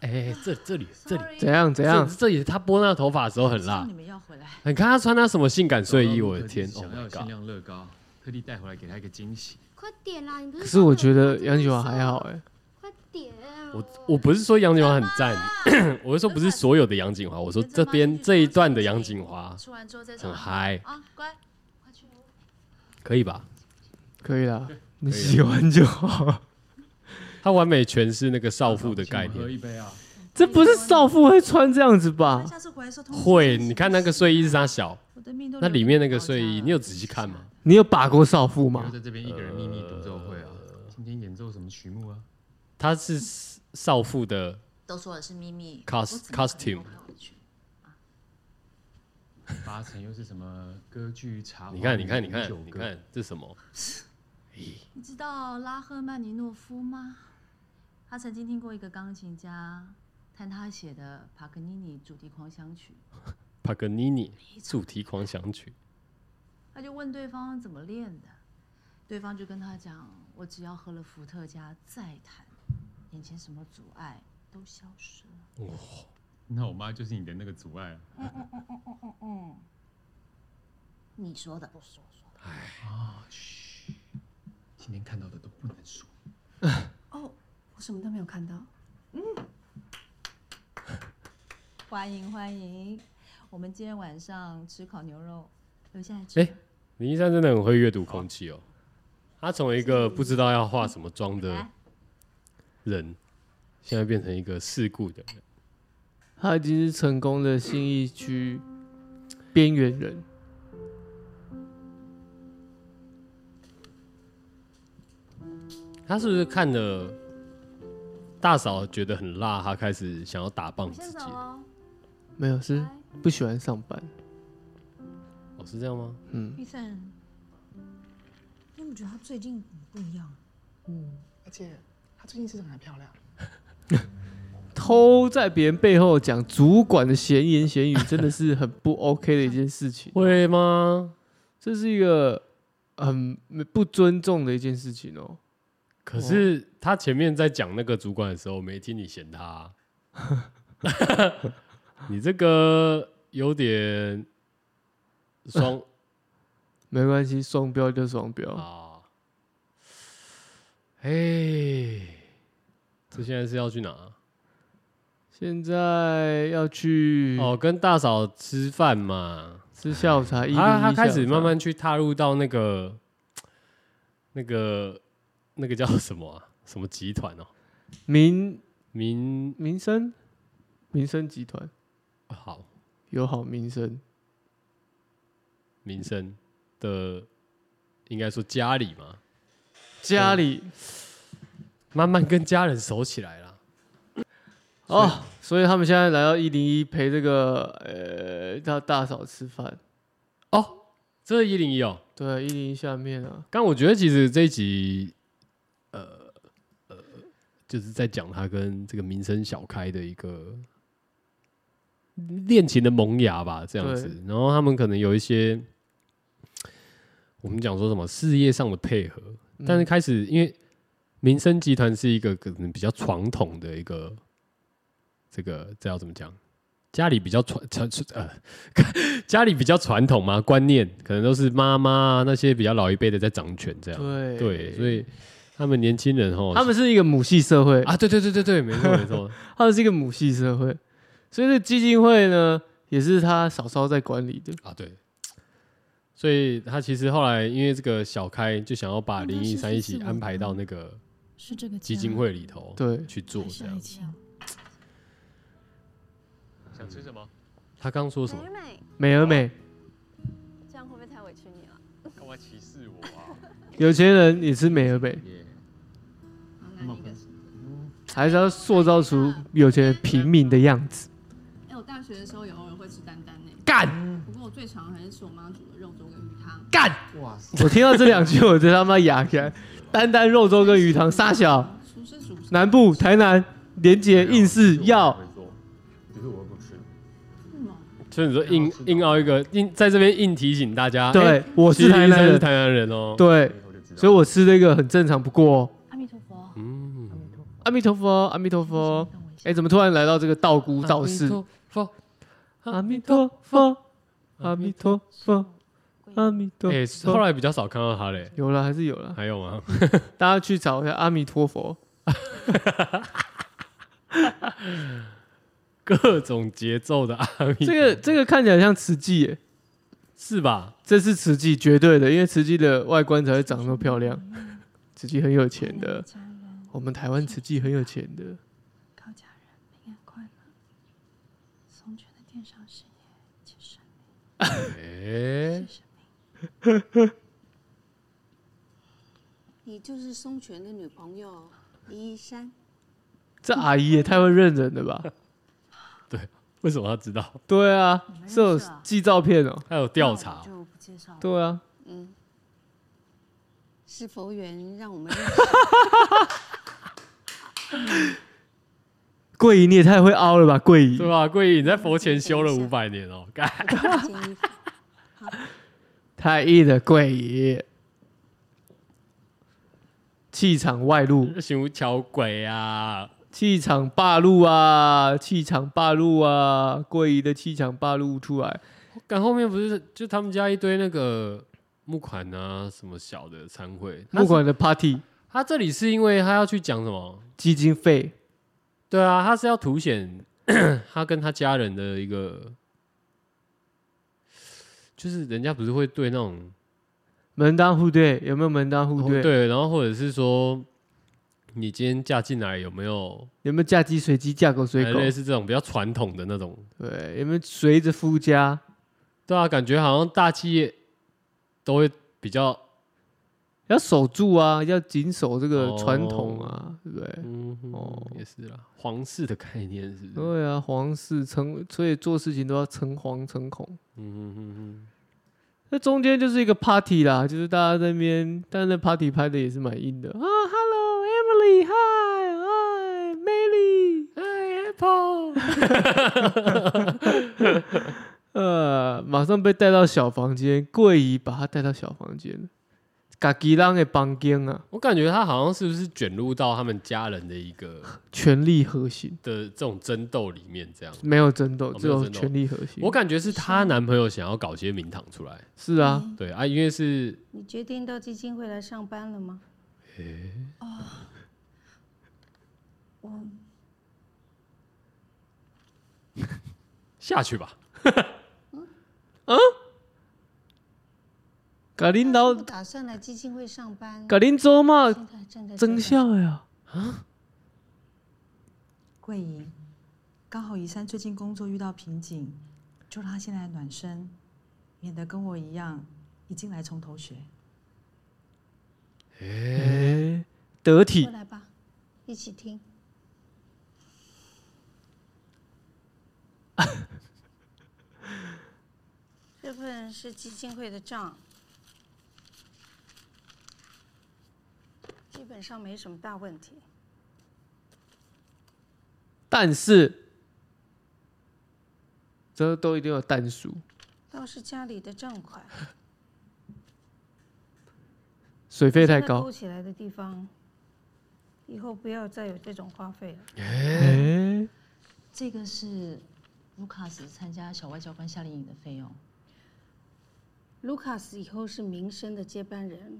哎、这这里这里，
怎样怎样
这？这也是他拨那头发的时候很辣
你。们要回来，
你看他穿他什么性感睡衣，
找到
我的
陆克
天
自己
，Oh
想要
my
的限
god！
量乐高，特地带回来给他一个惊喜。
快点啦！你不
可
是
是我觉得杨景华还好哎、
快点啊。
我我不是说杨景华很赞， 我是说不是所有的杨景华，我说这边这一段的杨景华
吃完之后再找
很
啊。
嗨，
啊，乖，快去。
可以吧？
可以啦，
啊
你喜欢就好。
他完美诠释那个少妇的概
请我喝
念。
一杯啊！
这不是少妇会穿这样子吧
那？下次回来的时候通知
会，
我
你看那个睡衣是他小，
我的命都
那
留给
里面
你
那个
老
睡
家
衣，
了
你有仔细看吗？
你有把过少妇
不要
吗？
在这边一个人秘密独奏会啊！今天演奏什么曲目啊？
他是少妇的，
都说的是秘密
Cos-
我怎么可能
costume
跟我回去
八成又是什么歌剧茶？
你看，你看，你看
红酒，
你
歌，
看，这什么？
你知道拉赫曼尼诺夫吗？他曾经听过一个钢琴家弹他写的帕格尼尼主题狂想曲，
帕格尼尼主题狂想曲，
他就问对方怎么练的，对方就跟他讲：“我只要喝了伏特加再弹，眼前什么阻碍都消失了。
那我妈就是你的那个阻碍啊。”
你说的，不说说的。
今天看到的都不能说。
哦，我什么都没有看到。
欢迎欢迎，我们今天晚上吃烤牛肉，留下来吃。
哎林一山真的很会阅读空气哦。他从一个不知道要化什么妆的
来
人，现在变成一个世故的人。
他已经是成功的信义区边缘人。
他是不是看了大嫂觉得很辣，他开始想要打棒
我
自
先
己
走？哦，
没有，是
拜
不喜欢上班。
哦，是这样吗？
嗯，
医生，
你有没有觉得他最近不一样？
而且她最近是长得还漂亮，
偷在别人背后讲主管的闲言闲语，真的是很不 OK 的一件事情。
会吗？
这是一个很不尊重的一件事情哦。
可是他前面在讲那个主管的时候，我没听你嫌他啊、 你这个有点 双
没关系，双标就双标。
啊，哎、这现在是要去哪？
现在要去
哦，跟大嫂吃饭嘛。
吃下午茶，一零
他
一
他开
下午
始
茶
慢慢去踏入到那个那个那个叫什么啊？什么集团哦？
民
民
民生民生集团
好
友好民生
民生的，应该说家里嘛，
家里
慢慢跟家人熟起来了。
哦，所以他们现在来到一零一陪这个呃他大嫂吃饭。
哦，这一零一哦，
对，一零一下面啊，
刚我觉得其实这一集，呃呃，就是在讲他跟这个民生小开的一个恋情的萌芽吧，这样子。然后他们可能有一些，我们讲说什么事业上的配合，
嗯
但是开始因为民生集团是一个可能比较传统的一个，这个这要怎么讲？家里比较传传呃， 家里比较传统嘛，观念可能都是妈妈啊那些比较老一辈的在掌权这样。
对
对，所以他们年轻人哦，
他们是一个母系社会，
啊，对对对对对，没错没错，
他们是一个母系社会，所以这基金会呢也是他嫂嫂在管理的。
啊对。所以他其实后来因为这个小开就想要把
应该
林一
是
山一
是
起
我
安排到那个
是这个
基金会里头，
对
去做这样。
情。
想吃什么？
他刚说什么
美？美，
美而美，
这样会不会太委屈你了？
干嘛歧视我啊？
有钱人也是美而美。
耶，
好来
还是要塑造出有钱人平民的样子。
哎、我大学的时候也偶尔会吃丹丹呢、
干
不过我最常还是吃我妈煮的肉粥跟鱼汤。
干！
哇，
我听到这两句，我就他妈哑开。单单肉粥跟鱼汤，沙小
熟是熟是，
南部、台南、连结硬是要
会做，只是我不吃。
是吗？
所以你说硬硬凹一个硬，在这边硬提醒大家，
对
哎，
我
其
是
实
台
医
南
生是
人，
台南人哦。，
对，
以后就知道。
所以我吃这个很正常不过、哦。
阿弥陀佛，
嗯，
阿弥陀佛，阿弥陀佛。
等我一下
哎，怎么突然来到这个道姑道士？
佛，
阿弥陀佛，阿弥陀佛，阿弥陀
哎，
佛。
后来比较少看到他嘞，
有了还是有了，
还有吗？
大家去找一下阿弥陀佛。
各种节奏的阿啊弥，
这个这个看起来像慈济耶，
是吧？
这是慈济绝对的，因为慈济的外观才会长那么漂亮。慈济很有钱的，
家人
我们台湾慈济很有钱的。
高家人平安哎快乐，松泉的电商事业且生
哎
谢，生命。
你就是松泉的女朋友依山，
这阿姨也太会认人了吧？
为什么要知道？
对啊
你，们
是有
认识啊
寄照片哦。
还有调查
那我就不介绍了。
对啊，
嗯，是佛缘让我们 认 识。
桂姨你也太会凹了吧，桂姨
对。吧？桂姨，你在佛前修了五百年哦，干
这件衣服
太硬的桂姨，气场外露，
修桥鬼啊！
气场霸露啊，气场霸露啊，桂姨的气场霸露出来。
干后面不是就他们家一堆那个募款啊，什么小的餐会，他
募
是
款的 party
他这里是因为他要去讲什么？
基金费，
对啊，他是要凸显 他跟他家人的一个，就是人家不是会对那种
门当户对，有没有门当户对？
哦对，然后或者是说你今天嫁进来有没有
有没有嫁鸡随鸡，嫁狗随
哎
狗
类？似这种比较传统的那种？
对，有没有随着夫家？
对啊，感觉好像大企业都会比较
要守住啊，要谨守这个
哦
传统啊，对不对？
嗯哼
哦
也是啦，皇室的概念是不是？
对啊，皇室诚，所以做事情都要诚惶诚恐。
嗯哼哼哼，
那中间就是一个 party 啦，就是大家在那边，但是那 party 拍的也是蛮硬的啊。Hello Emily, Hi, Hi Mary, Hi Apple。呃，马上被带到小房间，桂姨把她带到小房间，嘎吉浪的房间啊，
我感觉他好像是不是卷入到他们家人的一个
权力核心，
的这种争斗里面，这样。
没有争斗，
哦
只
没有
有
争斗
权力核心。
我感觉是她男朋友想要搞些名堂出来，
是啊，
嗯
对啊，因为是
你决定到基金会来上班了吗？
我
下去吧，
嘎林老
不打算来基金会上班，
嘎林周嘛，
现在正在
真相呀，
桂姨，刚好宜山最近工作遇到瓶颈，就让她先来暖身，免得跟我一样一进来从头学。
哎，得体
过。来吧，一起 听。这份是基金会的账，基本上没什么大问题。
但是这都一定有淡数，
倒是家里的账款，
水费太
现在
高
勾。起来的地方，以后不要再有这种花费了。
哎，
这个是卢卡斯参加小外交官夏令营的费用，
卢卡斯以后是民生的接班人，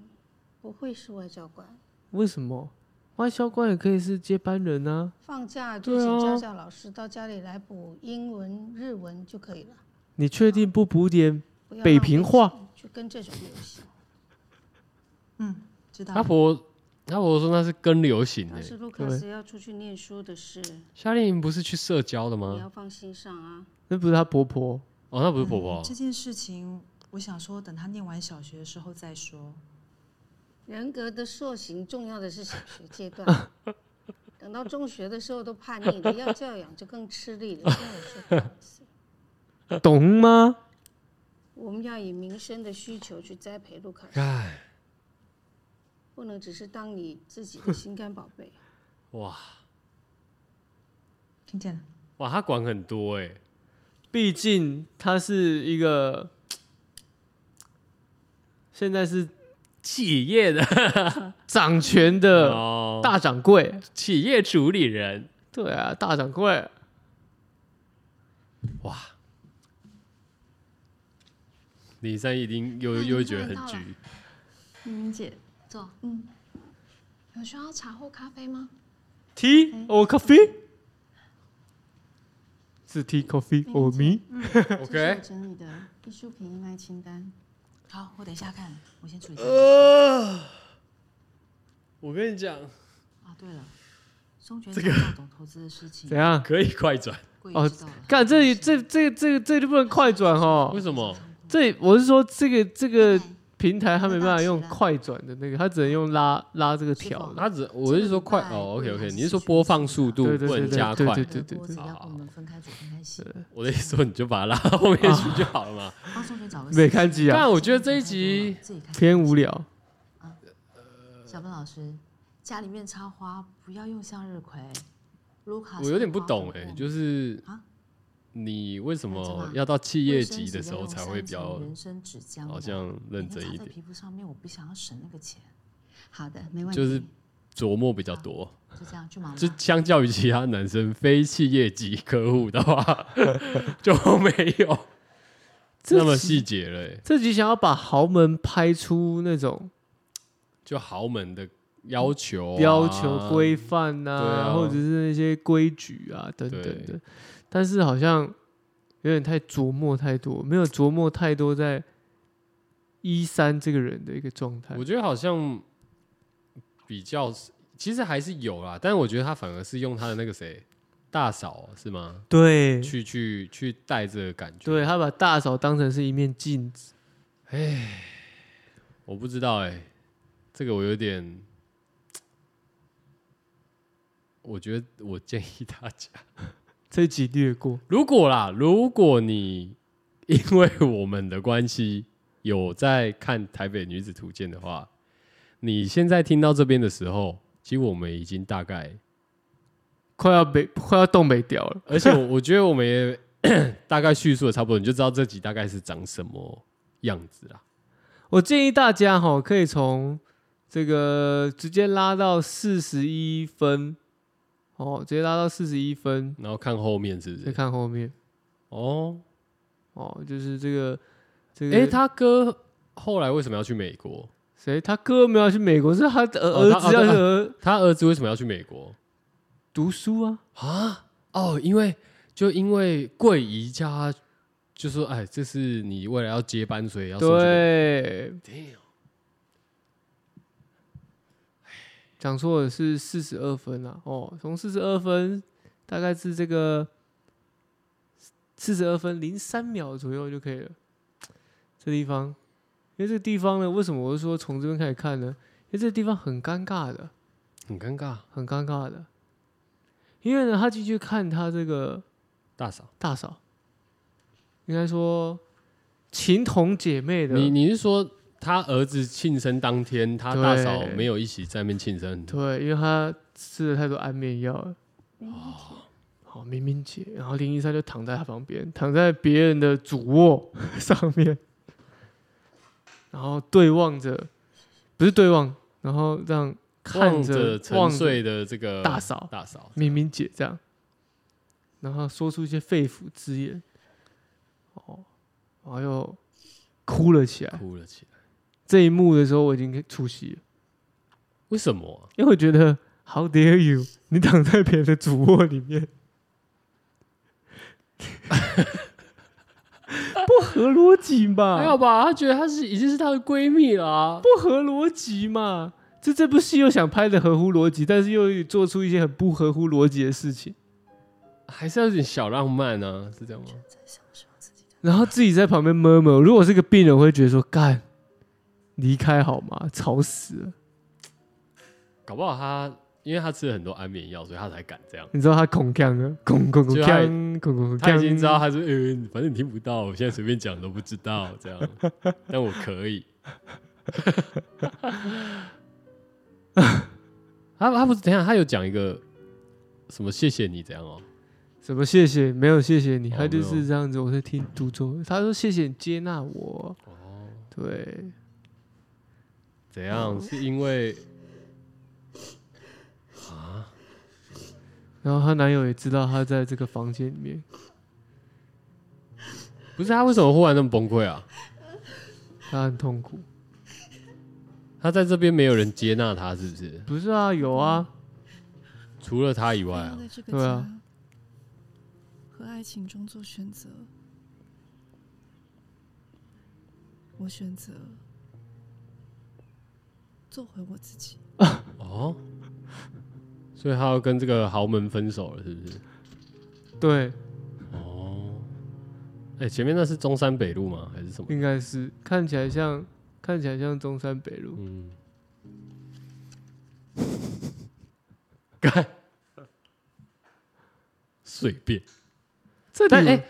不会是外交官。
为什么外交官也可以是接班人啊呢、
放
啊
假就
哦
请
啊
家教老师到家里来补英文、日文就可以了。
你确定不补点？
不要
北
浪费
平话
钱去跟这种流行，
知道
她
啊
吗？
婆她婆说那是跟流行
但
的、
是卢卡斯要出去念书的事，
夏令营不是去社交的
嗯
你
吗？
要放心上啊。
那不是她婆婆，
哦，那不是婆婆，
嗯这件事情，我想说，等她念完小学的时候再说。
人格的塑形重要的是小学阶段，等等到中学的时候都叛逆了，要教养就更吃力了。跟我说不好意思，
懂吗？
我们要以民生的需求去栽培卢卡斯，
哎，
不能只是当你自己的心肝宝贝。
哇
听见了，
哇，他管很多哎、
毕竟他是一个现在是
企业的
掌权的
哦，
呃大掌柜，
企业主理人，
对啊，大掌柜。
哇，李三一定又又会觉得很局，
明明姐，坐。
有需要茶或咖啡吗？
Tea or coffee？是 tea, coffee
没
or
问
me？
题
，OK
这是我整理的艺术品义卖清单。
好，我等一下看，我先处理一下。
呃我跟你讲，
啊，对了，松泉这个懂投资的事情
哦
怎，样？
可以快转，
贵
哦
知道了。
看这里，这这这这就不能快转哦
为。什么？
这我是说，这个这个
哎
平台它没办法用
我到齐了
快转的那个，它只能用拉拉这个条
是
的。
他只我是说快
这个礼拜
哦，OK
会
OK，
还是
你是说播放速度
对对
不能
对
加
对
快
对？
这个锅子要跟我们分开煮分开洗，
我的意思说你就把它拉到后面
啊
去就好了嘛。
帮松泉找个。
没看机啊
但我觉得这一集
自己看
偏无聊，
小芬老师，家里面插花不要用向日葵。卢
啊
卡，
我有点不懂哎、就是
啊
你为
哎
什
认真
啊
么
吗
要到企业级的时
哦
候才会比较
人生纸浆的，
好像
哎
认真一
每天擦在
点，
皮肤上面，我不想要省那个钱，
好的，没问题。
就是琢磨比较
啊
多？
就这样去忙吧。
就相较于其他男生非企业级客户的话， 就没有
这
那么
集
细节了欸、
这集想要把豪门拍出那种
就豪门的要求、啊
要求、规范
对
呐，
啊
或者是那些规矩啊等等的
对，
但是好像有点太琢磨太多，没有琢磨太多在一三这个人的一个状态
我。觉得好像比较，其实还是有啦，但是我觉得他反而是用他的那个谁大嫂是吗？
对
去去去带这个感觉。
嗯对，他把大嫂当成是一面镜子，
我不知道哎、这个我有点，我觉得我建议大家，
这集略过。
如果啦，如果你因为我们的关系有在看《台北女子图鉴》的话，你现在听到这边的时候，其实我们已经大概，
快要被快要冻没掉了。
而且我我觉得我们也 大概叙述的差不多，你就知道这集大概是长什么样子啦。
我建议大家哈，可以从这个直接拉到四十一分，哦，直接拉到四十一分，
然后看后面是不
再
是？
看后面
哦，
哦，就是这个这个，
哎、他哥后来为什么要去美国？
谁他哥没有去美国，是他的儿
哦他
儿子要去
哦
儿
他儿子为什么要去美国
读书啊，
啊？哦，因为就因为桂姨叫他，就说哎，这是你未来要接班，所以要送去美
对，讲错了是四十二分啊，哦，从四十二分大概是这个四十二分零三秒左右就可以了。这地方，因为这个地方呢，为什么我是说从这边开始看呢？因为这个地方很尴尬的，
很尴尬。
很尴尬的。因为呢，他进去看他这个
大嫂，
大嫂，应该说情同姐妹的，
你你是说他儿子庆生当天，他
对
大嫂没有一起在那边庆生？
对，因为他吃了太多安眠药了。好，明明姐，然后林一山就躺在他旁边，躺在别人的主卧 上面，然后对望着，不是对望，然后让看
望着沉
望
睡的这个
大嫂
大嫂，
明明姐这样，然后说出一些肺腑之言，哦，然后又哭了起来。
哭了起来。
这一幕的时候，我已经出戏了。
为什么啊、
因为我觉得 How dare you！你躺在别人的主卧里面，不合逻辑
还好
嘛？
吧，他觉得他是已经是他的闺蜜了、啊。
不合逻辑嘛？这这部戏又想拍的合乎逻辑，但是又做出一些很不合乎逻辑的事情，
还是要有点小浪漫啊，是这样吗？
然后自己在旁边摸摸。如果是个病人，我会觉得说干，离开好吗？吵死了。
搞不好他，因为他吃了很多安眠药，所以他才敢这样。
你知道他恐呛了，恐恐恐
就他
呛，恐恐
他
呛，
已经知道，他说：“嗯、反正你听不到，我现在随便讲都不知道这 样，但我可 以。他”他不是等一下他有讲一个什么谢谢你怎样哦？
什么谢谢，没有谢谢你，
哦
他就
没有
是这样子，我在听独奏，他说谢谢你接纳我，对，
怎样？是因为
然后她男友也知道她在这个房间里面，
不是他为什么忽然那么崩溃啊？
她很痛苦，
他在这边没有人接纳他，是不是？
不是啊，有啊，
除了他以外啊，
在这个
对
家、
啊
和爱情中做选择，我选择做回我自己。
哦，所以他要跟这个豪门分手了，是不是？
对，
哦，哎、前面那是中山北路吗？还是什么？
应该是看起来像看起来像中山北路，
嗯，随便。
这
但
里
哎、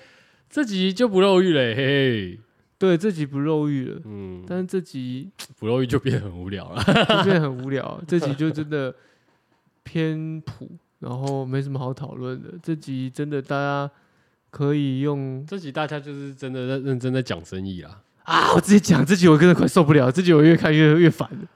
这集就不肉欲嘞，嘿嘿，
对这集不肉欲了，
嗯，
但是这集
不肉欲就变得很无聊了。
就变得很无聊，啊这集就真的偏普，然后没什么好讨论的，这集真的大家可以用
这集大家就是真的认认真在讲生意啦，
啊，我直接讲这集我真的快受不了，这集我越看越越烦了，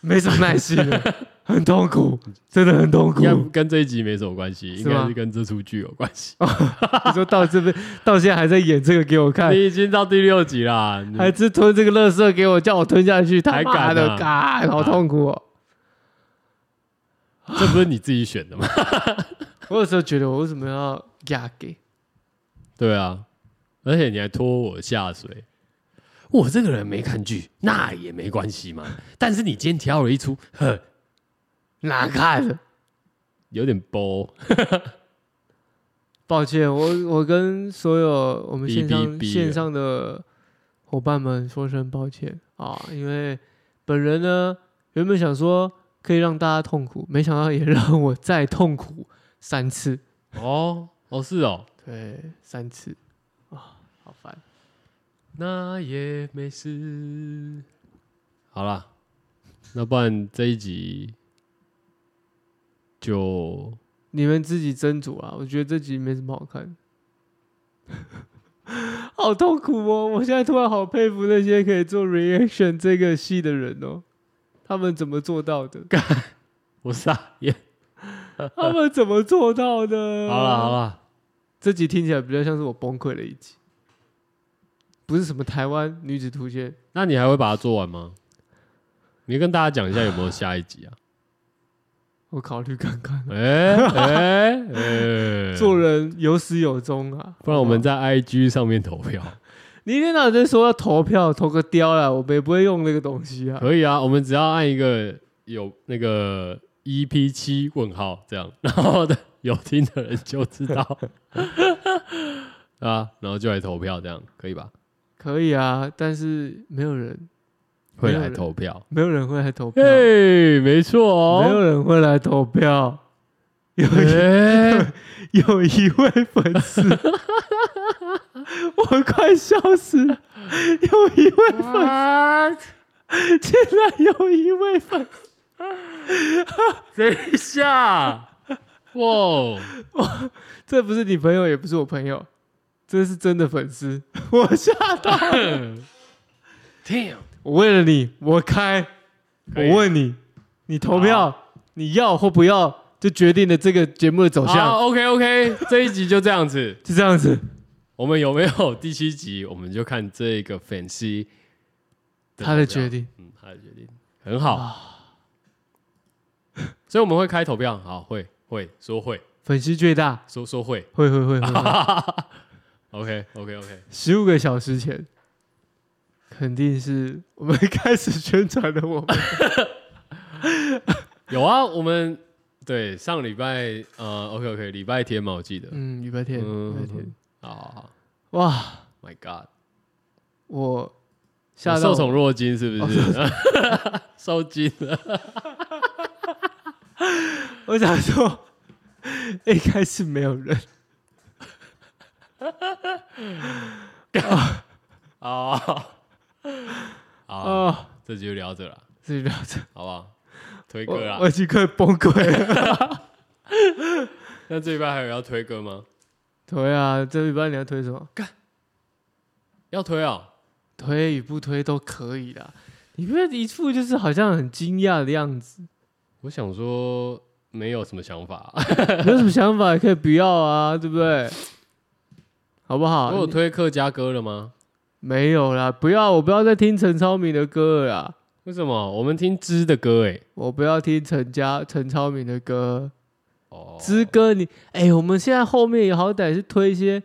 没什么耐心了，很痛苦，真的很痛苦
应。该跟这一集没什么关系，应
是吗
该是跟这出剧有关系。
你说到这边到现在还在演这个给我看，
你已经到第六集啦，你
还是吞这个垃圾给我，叫我吞下去，他
还
妈
敢
的，
啊
干，好痛苦哦！
这不是你自己选的吗？
我有时候觉得我为什么要压给？
对啊，而且你还拖我下水。我这个人没看剧，那也没关系嘛。但是你今天挑了一出，呵，
哪看了？
有点包。
抱歉，我我跟所有我们
哔哔
线上
哔啊
线上的伙伴们说声抱歉啊，因为本人呢原本想说可以让大家痛苦，没想到也让我再痛苦三次，
哦哦是哦，
对，三次啊，好烦。
那也没事。好啦，那不然这一集就
你们自己斟酌啊，我觉得这集没什么好看。 好痛苦哦！我现在突然好佩服那些可以做 reaction 这个戏的人哦，他们怎么做到 的？
我傻眼。
他们怎么做到的？
好了好，了，
这集听起来比较像是我崩溃的一集，不是什么台湾女子图鉴，
那你还会把它做完吗？你跟大家讲一下有没有下一集啊？
我考虑看看。
哎哎哎，
做人有始有终啊，
不然我们在 IG 上面投 票，
你一天到晚在说要投票，投个雕啦，我们也不会用那个东西啊。
可以啊，我们只要按一个有那个 EP 七问号这样，然后的有听的人就知 道 啊，然后就来投票，这样可以吧？
可以啊，但是没有人，
会来投票，
没有人会来投票，
嘿，没错
没有
哦，
人会来投票。有一、
哎
有一位 粉丝，我快笑死了！有一位
哎
粉丝，竟然有一位粉丝，
等一 下，哇，
这不是你朋友，也不是我朋友，这是真的粉丝， 我吓到了。
damn，
我为了你，我开。
可以
我问你，你投票，你要或不要，就决定了这个节目的走向。
好，OK OK，这一集就这样子。
就这样子，
我们有没有第七集？我们就看这个粉丝
他的决，定。啊
嗯，他的决定很好。 所以我们会开投票，好，会会说会
粉丝最大，
说说会
会会会 会，
，OK OK OK，
十五个小时前，肯定是我们开始宣传的。我们
有啊，我们对上礼拜呃，OK OK，礼拜天嘛，我记得，
嗯，礼拜天，礼拜天
嗯，，好好好
哇，
，My God，
我哦吓
我
到
受
我
宠若惊是不是？受惊了，
我想说， 应该是没有人。
哦，
哦啊呃
好，这集就聊着了，
这就聊着，
好不好？推歌啦
我我已，经快崩溃 了。
那这一半还有要推歌吗？
推啊，这一般你要推什么？
要推哦，
推与不推都可以啦。你不要一副就是好像很惊讶的样 子，
我想说没有什么想法，
你有什么想法也可以不要啊，对不对？好不 好？
我有推客家歌了吗？
没有啦，不要，我不要再听陈超明的歌了啦，
为什么？我们听知的歌哎，
我不要听陈家陈超明的歌。哦，之歌你哎、我们现在后面也好歹是推一些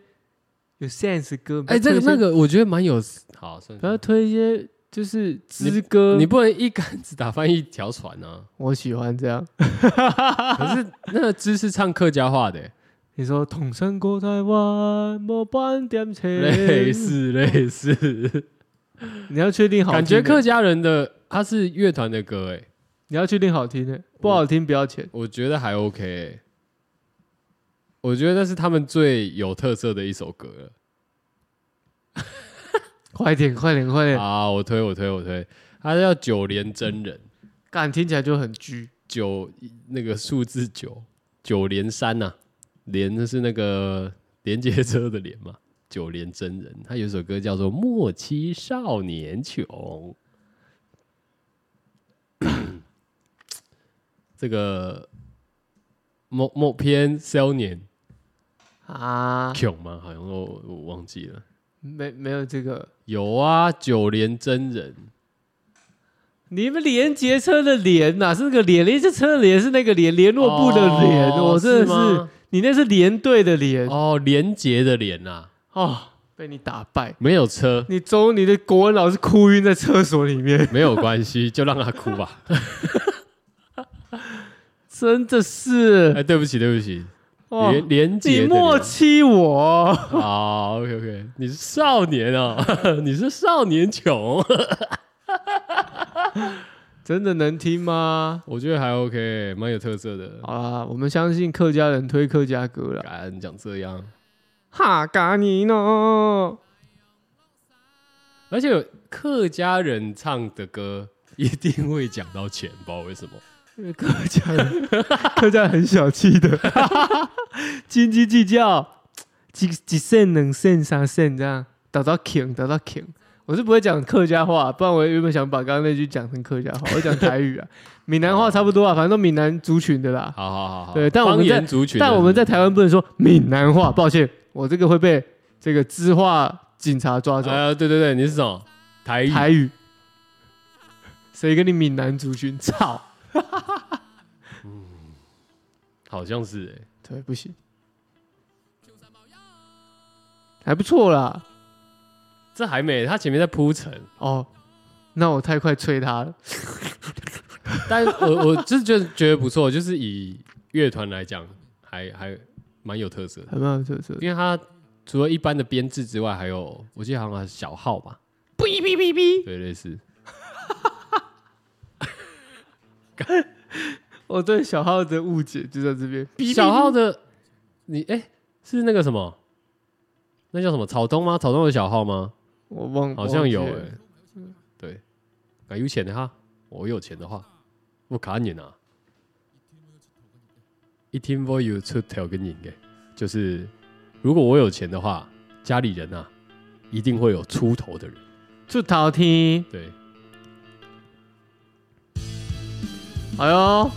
有 sense 的歌，
哎，这
不要
个
推一些
那，个我觉得蛮有，好，算
不要推一些就是之歌，
你不能一竿子打翻一条船啊！
我喜欢这样。
可是那个知是唱客家话的欸，
你说同生过台湾，无半点 情，
类似类似，
你要确定好听
感
的，
觉客家人的他是乐团的歌哎，
你要确定好听的，不好听不要钱。
我觉得还 OK，欸我觉得那是他们最有特色的一首歌了。
快点，快点，快点！
啊，我推我推我推，他叫九连真人，
干听起来就很拘。
九那个数字九，九连山呐、连就是那个连接车的连嘛，九连真人，他有一首歌叫做《莫欺少年穷》， 这个某某篇少年
啊，
穷吗？好像我我忘记了。
没没有这个，
有啊，九连真人，
你们连接车的连啊呐、是那个连，连接车的连是那个连，联络部的连，
哦
我真的是
吗
你那是连队的连哦
哦，连结的连呐、
被你打败，
没有车，
你中你的国文老师哭晕在厕所里面，
没有关系，就让他哭吧。
真的是
哎，对不起，对不起，
哦
连连
你
结的
莫
连
欺我，
啊，OK OK，你是少年哦， 你是少年穷，
真的能听吗？
我觉得还 OK，蛮有特色的。
好啦，我们相信客家人推客家歌啦。
敢讲这样，
哈嘎尼诺，
而且客家人唱的歌一定会讲到钱，不知道为什么。
因为客家人 客家人很小气的， 斤斤计较，几几剩两剩三剩这样，打到 king 打到 king。我是不会讲客家话，不然我原本想把刚刚那句讲成客家话，我讲台语啊，闽南话差不多啊，反正都闽南族群的啦。
好好好好，
对但我
方
们在
言族群的，
但我们在台湾不能说闽南话，抱歉，我这个会被这个知化警察抓走。
呃，对对对，你是什么台语？
台语，谁跟你闽南族群操？
好像是哎，
对，不行，还不错啦。
这还没，他前面在铺陈。
哦，那我太快催他了。
但我我就是觉得觉得不错，就是以乐团来讲，还还蛮有特色的，
很蛮有特色的。
因为它除了一般的编制之外，还有我记得好像还是小号吧，
哔哔哔哔，
对，类似
我对小号的误解就在这边。哔哔哔
小号的你哎、是那个什么，那叫什么草东吗？草东有小号吗？
我忘，
好像有
忘
哎、
记了
对，啊有钱的哈，我有钱的话，我卡你啊，一天我有出头跟你的，就是如果我有钱的话，家里人啊一定会有出头的人，
出头天，
对，
哎呦，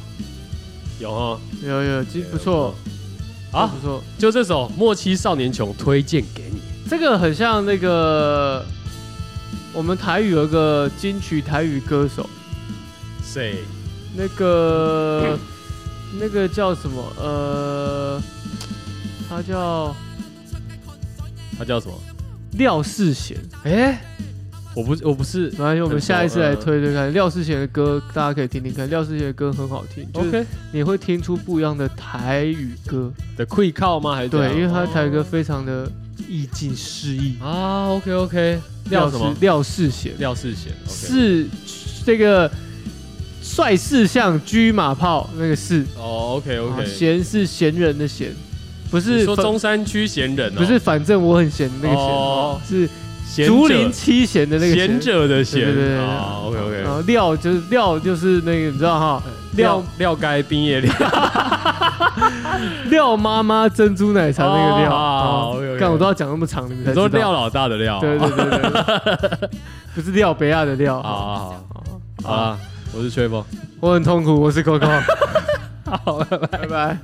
有哦，
有有，其实不错，
啊
不错。
就这首《莫欺少年穷》推荐给你，
这个很像那个我们台语有个金曲台语歌手，
谁？
那个那个叫什么？呃，他叫
他叫什么？
廖世贤。
哎、我不我不是
没关系，我们
很熟
下一次来
呃
推推看廖世贤的歌，大家可以听听看。廖世贤的歌很好听就是
OK
你会听出不一样的台语歌。
的 quick call 吗？还是
对，因为他的台语歌
哥
非常的意境诗意。
啊，OK OK，廖什
世
么？
廖世贤
廖世贤，OK
是这个帅士像车马炮那个士，
哦，OK
啊
OK，
闲是闲人的闲，不是
说
反
中山区闲人哦，
不是，反正我很闲的那个闲，
哦
是
闲者
竹林七贤的那个
闲者的
闲，
闲
对对对对
哦，OK OK，
然后廖就是廖就是那个你知道哈，
嗯
廖
廖廖该冰业料，
廖妈妈珍珠奶茶那个廖，
哦
哦
，OK，OK
干我都要讲那么长，你们才
你说
知道
廖老大的廖，
对对对 对对，不是廖北亚的廖，
啊好好好，啊好啦，我是吹风。
我很痛苦，我是 Coco，好，拜拜。